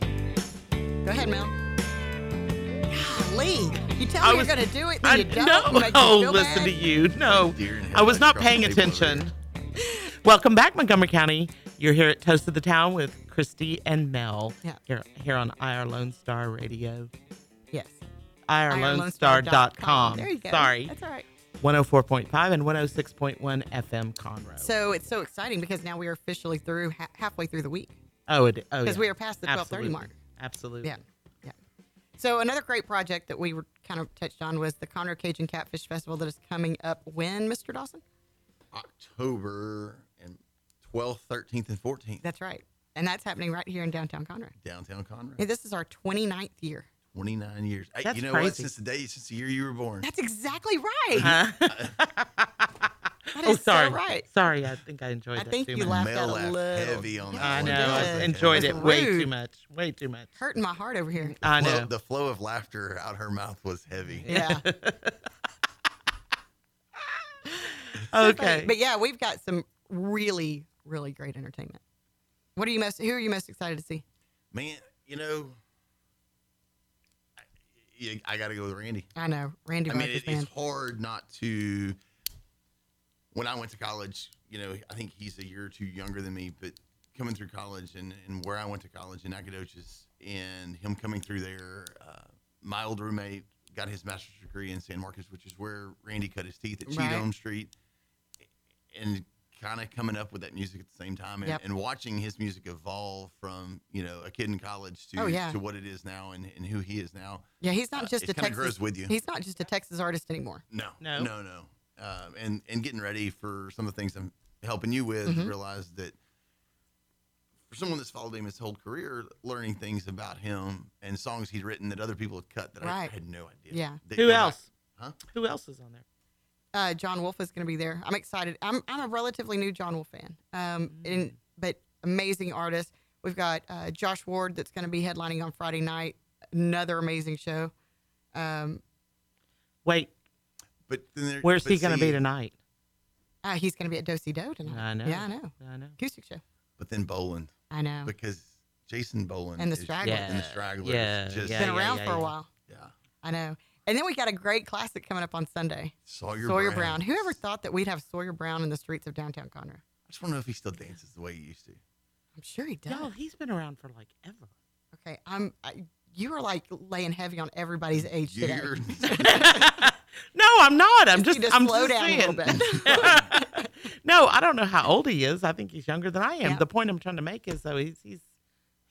Speaker 2: Go ahead, Mel. Golly, you tell
Speaker 3: I
Speaker 2: me
Speaker 3: was-
Speaker 2: you're going to do it, then
Speaker 3: I
Speaker 2: you don't.
Speaker 3: no,
Speaker 2: You make me
Speaker 3: oh,
Speaker 2: feel
Speaker 3: listen
Speaker 2: bad.
Speaker 3: to you. No, I was not paying attention. Welcome back, Montgomery County. You're here at Toast of the Town with Christy and Mel.
Speaker 2: Yeah.
Speaker 3: Here, here on IR Lone Star Radio.
Speaker 2: Yes.
Speaker 3: IRLoneStar.com.
Speaker 2: There you go.
Speaker 3: Sorry.
Speaker 2: That's all right.
Speaker 3: 104.5 and 106.1 FM Conroe.
Speaker 2: So it's so exciting because now we are officially through ha- halfway through the week.
Speaker 3: Oh, it. Oh,
Speaker 2: Because
Speaker 3: yeah.
Speaker 2: we are past the 12:30
Speaker 3: Absolutely.
Speaker 2: mark.
Speaker 3: Absolutely.
Speaker 2: Yeah. Yeah. So another great project that we were kind of touched on was the Conroe Cajun Catfish Festival that is coming up when, Mr. Dawson?
Speaker 13: October and 12th, 13th, and 14th.
Speaker 2: That's right. And that's happening right here in downtown Conroe.
Speaker 13: Downtown Conroe.
Speaker 2: Hey, this is our 29th year.
Speaker 13: 29 years. Hey,
Speaker 2: That's
Speaker 13: you know what?
Speaker 2: crazy.
Speaker 13: Since the day, since the year you were born.
Speaker 2: That's exactly right. That
Speaker 3: oh,
Speaker 2: is so
Speaker 3: sorry.
Speaker 2: right.
Speaker 3: Sorry, I think I enjoyed
Speaker 2: I
Speaker 3: that
Speaker 2: think
Speaker 3: too
Speaker 2: you
Speaker 3: much.
Speaker 2: laughed out a Mel laughed little.
Speaker 13: heavy on that
Speaker 3: I
Speaker 13: one.
Speaker 3: know.
Speaker 13: He
Speaker 3: I
Speaker 13: did.
Speaker 3: enjoyed
Speaker 13: It
Speaker 3: it
Speaker 13: was
Speaker 3: way
Speaker 13: rude.
Speaker 3: too much. Way too much.
Speaker 2: Hurting my heart over here.
Speaker 3: I
Speaker 13: Flow-
Speaker 3: know.
Speaker 13: The flow of laughter out her mouth was heavy.
Speaker 2: Yeah. So funny.
Speaker 3: Okay.
Speaker 2: But yeah, we've got some really, really great entertainment. What are you most? Who are you most excited to see?
Speaker 13: Man, you know, I- you- I got to go with Randy.
Speaker 2: I know Randy
Speaker 13: I mean,
Speaker 2: Rogers
Speaker 13: it-
Speaker 2: band.
Speaker 13: it's hard not to. When I went to college, you know, I think he's a year or two younger than me, but coming through college and, and where I went to college in Nacogdoches and him coming through there, uh, my old roommate got his master's degree in San Marcos, which is where Randy cut his teeth at
Speaker 2: Right.
Speaker 13: Cheat Elm Street, and kind of coming up with that music at the same time and,
Speaker 2: Yep.
Speaker 13: and watching his music evolve from, you know, a kid in college to,
Speaker 2: Oh, yeah.
Speaker 13: to what it is now and, and who he is now.
Speaker 2: yeah, he's not
Speaker 13: Uh,
Speaker 2: just
Speaker 13: it
Speaker 2: a
Speaker 13: kinda
Speaker 2: Texas.
Speaker 13: grows with you.
Speaker 2: He's not just a Texas artist anymore.
Speaker 13: No,
Speaker 2: No?
Speaker 13: no, no. Um, and and getting ready for some of the things I'm helping you with,
Speaker 2: Mhm.
Speaker 13: realize that for someone that's followed him his whole career, learning things about him and songs he's written that other people have cut that I
Speaker 2: Right.
Speaker 13: had no idea.
Speaker 2: Yeah.
Speaker 13: that
Speaker 3: Who
Speaker 13: go back-
Speaker 3: else?
Speaker 13: Huh?
Speaker 3: Who else is on there?
Speaker 2: Uh, John Wolf is going to be there. I'm excited. I'm I'm a relatively new John Wolf fan. Um,
Speaker 3: Mm-hmm.
Speaker 2: and, but amazing artist. We've got uh, Josh Ward that's going to be headlining on Friday night. Another amazing show. Um,
Speaker 3: Wait,
Speaker 13: But then there-
Speaker 3: where's
Speaker 13: but
Speaker 3: he going to
Speaker 13: see-
Speaker 3: be tonight?
Speaker 2: uh, he's going to be at Do Si Do tonight.
Speaker 3: I know.
Speaker 2: Yeah, I know.
Speaker 3: I know.
Speaker 2: Acoustic show.
Speaker 13: But then Boland.
Speaker 2: I know.
Speaker 13: Because Jason Boland
Speaker 2: Oh. And the
Speaker 13: is-
Speaker 2: Stragglers.
Speaker 13: and the Stragglers.
Speaker 3: Yeah,
Speaker 13: just
Speaker 3: yeah,
Speaker 2: Been around
Speaker 3: yeah,
Speaker 2: for a
Speaker 3: yeah.
Speaker 2: while.
Speaker 13: Yeah.
Speaker 2: I know. And then we got a great classic coming up on Sunday.
Speaker 13: Sawyer Brown.
Speaker 2: Brown. Whoever thought that we'd have Sawyer Brown in the streets of downtown Conroe?
Speaker 13: I just want to know if he still dances the way he used to.
Speaker 2: I'm sure he does.
Speaker 3: Y'all, he's been around for like ever.
Speaker 2: Okay, I'm. I, you are like laying heavy on everybody's age today.
Speaker 13: You're-
Speaker 3: No, I'm not. I'm
Speaker 2: Just
Speaker 3: just,
Speaker 2: need to
Speaker 3: I'm
Speaker 2: slow
Speaker 3: just
Speaker 2: down a little
Speaker 3: saying. no, I don't know how old he is. I think he's younger than I am.
Speaker 2: Yeah.
Speaker 3: The point I'm trying to make is though he's he's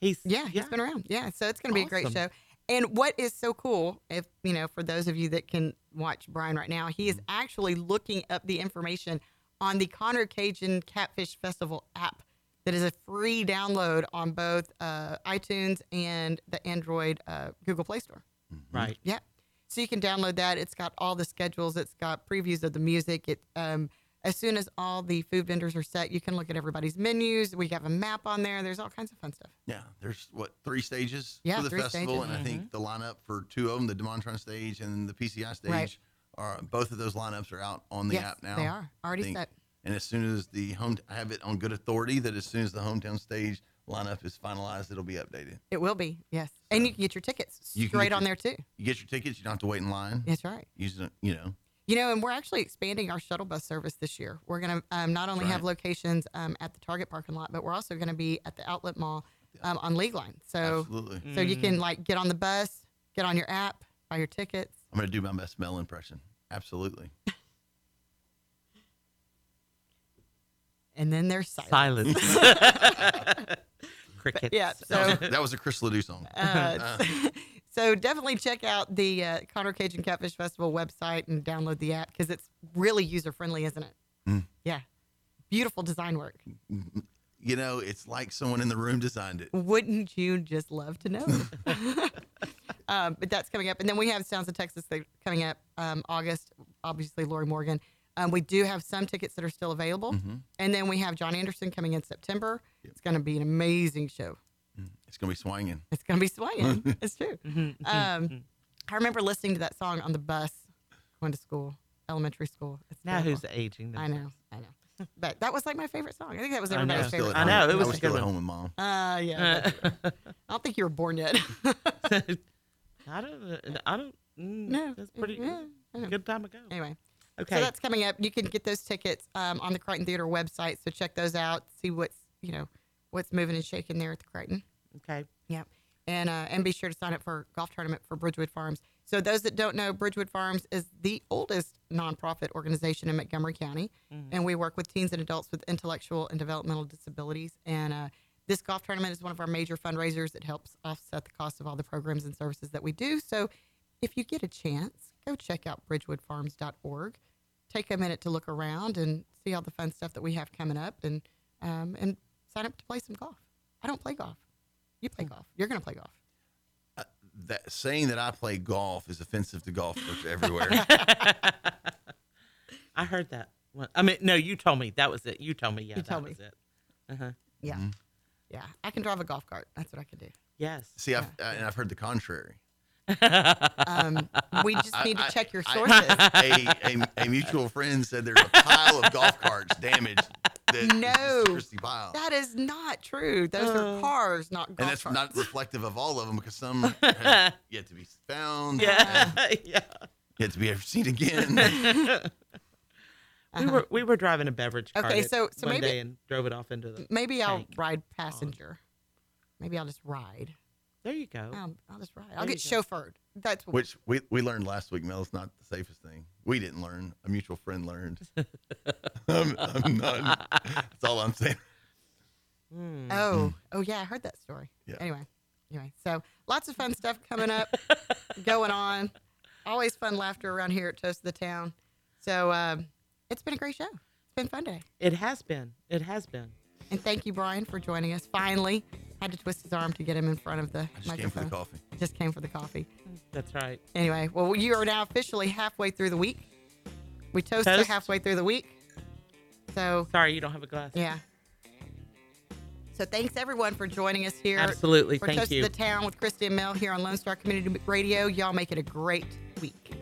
Speaker 3: he's
Speaker 2: yeah, he's been around. Yeah, so it's going to be a great
Speaker 3: Awesome.
Speaker 2: show. And what is so cool, if you know, for those of you that can watch Brian right now, he is actually looking up the information on the Conroe Cajun Catfish Festival app that is a free download on both uh, iTunes and the Android uh, Google Play Store.
Speaker 3: right.
Speaker 2: Yeah. So you can download that. It's got all the schedules. It's got previews of the music. It um, as soon as all the food vendors are set, you can look at everybody's menus. We have a map on there. There's all kinds of fun stuff.
Speaker 13: Yeah, there's what three stages
Speaker 2: Yeah,
Speaker 13: for the
Speaker 2: three
Speaker 13: festival,
Speaker 2: stages. Mm-hmm.
Speaker 13: and I think the lineup for two of them, the Demontron stage and the PCI stage,
Speaker 2: Right.
Speaker 13: are both of those lineups are out on the
Speaker 2: Yes,
Speaker 13: app now.
Speaker 2: they are.
Speaker 13: I
Speaker 2: Already set.
Speaker 13: And as soon as the home, I have it on good authority that as soon as the hometown stage lineup is finalized, it'll be updated.
Speaker 2: It will be yes, and you can get your tickets
Speaker 13: You can get
Speaker 2: straight on
Speaker 13: your-
Speaker 2: there too.
Speaker 13: You get your tickets. You don't have to wait in line.
Speaker 2: That's right.
Speaker 13: You just don't- you know.
Speaker 2: You know, and we're actually expanding our shuttle bus service this year. We're going to um, not only have locations um, at the Target parking lot, but we're also going to be at the Outlet Mall um, on League Line. So,
Speaker 13: Absolutely.
Speaker 2: so you can
Speaker 13: Mm.
Speaker 2: like get on the bus, get on your app, buy your tickets.
Speaker 13: I'm gonna do my best Mel impression. Absolutely.
Speaker 2: and then there's
Speaker 3: Mm.
Speaker 2: silence.
Speaker 3: Silence.
Speaker 2: But Yeah. So
Speaker 13: That was, that was a Chris Ledoux song.
Speaker 2: uh, so- so definitely check out the uh, Conroe Cajun Catfish Festival website and download the app because it's really user friendly, isn't it?
Speaker 13: Mm.
Speaker 2: Yeah. Beautiful design work.
Speaker 13: you know, it's like someone in the room designed it.
Speaker 2: Wouldn't you just love to know? um, but that's coming up. And then we have Sounds of Texas that- coming up um, August, obviously, Lori Morgan. Um, we do have some tickets that are still available.
Speaker 13: Mhm.
Speaker 2: And then we have John Anderson coming in September. It's going to be an amazing show.
Speaker 13: Mm-hmm. It's gonna be swinging.
Speaker 2: It's going to be swinging. it's true.
Speaker 3: Mm-hmm,
Speaker 2: Um, I remember listening to that song on the bus going to school, elementary school. It's
Speaker 3: Now who's
Speaker 2: terrible.
Speaker 3: aging
Speaker 2: I know. I know. But that was like my favorite song. I think that was
Speaker 3: I know.
Speaker 2: everybody's
Speaker 3: Still
Speaker 2: favorite
Speaker 3: at
Speaker 2: song.
Speaker 3: home. I know, it was
Speaker 13: I
Speaker 3: a
Speaker 13: was still
Speaker 3: good
Speaker 13: at home
Speaker 3: one.
Speaker 13: with mom.
Speaker 2: Uh, yeah. that's- I don't think you were born yet.
Speaker 3: I don't. I don't. Mm,
Speaker 2: No,
Speaker 3: that's pretty
Speaker 2: yeah, I know.
Speaker 3: good time ago.
Speaker 2: Anyway,
Speaker 3: Okay.
Speaker 2: So that's coming up. You can get those tickets um, on the Crichton Theater website. So check those out. See what's you know what's moving and shaking there at the Crichton.
Speaker 3: Okay.
Speaker 2: Yep. And uh, and be sure to sign up for golf tournament for Bridgewood Farms. So those that don't know, Bridgewood Farms is the oldest nonprofit organization in Montgomery County,
Speaker 3: Mhm.
Speaker 2: and we work with teens and adults with intellectual and developmental disabilities. And uh, this golf tournament is one of our major fundraisers that helps offset the cost of all the programs and services that we do. So if you get a chance, go check out bridgewoodfarms.org. Take a minute to look around and see all the fun stuff that we have coming up, and um, and sign up to play some golf. I don't play golf. You play golf. You're going to play golf.
Speaker 13: That saying that I play golf is offensive to golfers everywhere.
Speaker 3: I heard that one. I mean, no, you told me that was it. You told me. Yeah,
Speaker 2: You
Speaker 3: that
Speaker 2: told me.
Speaker 3: was it. Uh-huh.
Speaker 2: Yeah. Yeah. I can drive a golf cart. That's what I can do.
Speaker 3: Yes.
Speaker 13: See, I've, I, and I've heard the contrary.
Speaker 2: Um, we just need to check your sources.
Speaker 13: I, a, a, a mutual friend said there's a pile of golf carts damaged. That
Speaker 2: No.
Speaker 13: Christy pile.
Speaker 2: that is not true. Those
Speaker 3: Uh,
Speaker 2: are cars, not golf
Speaker 13: and that's
Speaker 2: carts.
Speaker 13: not reflective of all of them because some have yet to be found. Yeah,
Speaker 3: yeah.
Speaker 13: Yet to be ever seen again.
Speaker 3: We were we were driving a beverage cart.
Speaker 2: Uh-huh. Okay,
Speaker 3: at-
Speaker 2: so- so
Speaker 3: one
Speaker 2: maybe- Mm.
Speaker 3: day and drove it off into the.
Speaker 2: Maybe I'll
Speaker 3: tank. Oh.
Speaker 2: ride passenger. Maybe I'll just ride.
Speaker 3: There you go.
Speaker 2: Um, I'll just ride. I'll
Speaker 3: There
Speaker 2: get
Speaker 3: you go.
Speaker 2: chauffeured. That's what
Speaker 13: Which we, we learned last week, Mel, it's not the safest thing. We didn't learn. A mutual friend learned. I'm, I'm not, that's all I'm saying.
Speaker 3: Hmm. Mm-hmm.
Speaker 2: Oh, oh yeah, I heard that story.
Speaker 13: Yeah.
Speaker 2: Anyway, anyway, so lots of fun stuff coming up, going on. Always fun laughter around here at Toast of the Town. So um, it's been a great show. It's been fun day,
Speaker 3: It has been. It has been.
Speaker 2: and thank you, Brian, for joining us. Finally, had to twist his arm to get him in front of the
Speaker 13: just came for
Speaker 2: microphone.
Speaker 13: the coffee.
Speaker 2: Just came for the coffee.
Speaker 3: That's right.
Speaker 2: Anyway, well, you are now officially halfway through the week. We toast, to
Speaker 3: Toast.
Speaker 2: halfway through the week. So
Speaker 3: Sorry, you don't have a glass.
Speaker 2: Yeah. So thanks everyone for joining us here.
Speaker 3: Absolutely.
Speaker 2: for
Speaker 3: Thank
Speaker 2: Toast
Speaker 3: you.
Speaker 2: of the Town with Christy and Mel here on Lone Star Community Radio. Y'all make it a great week.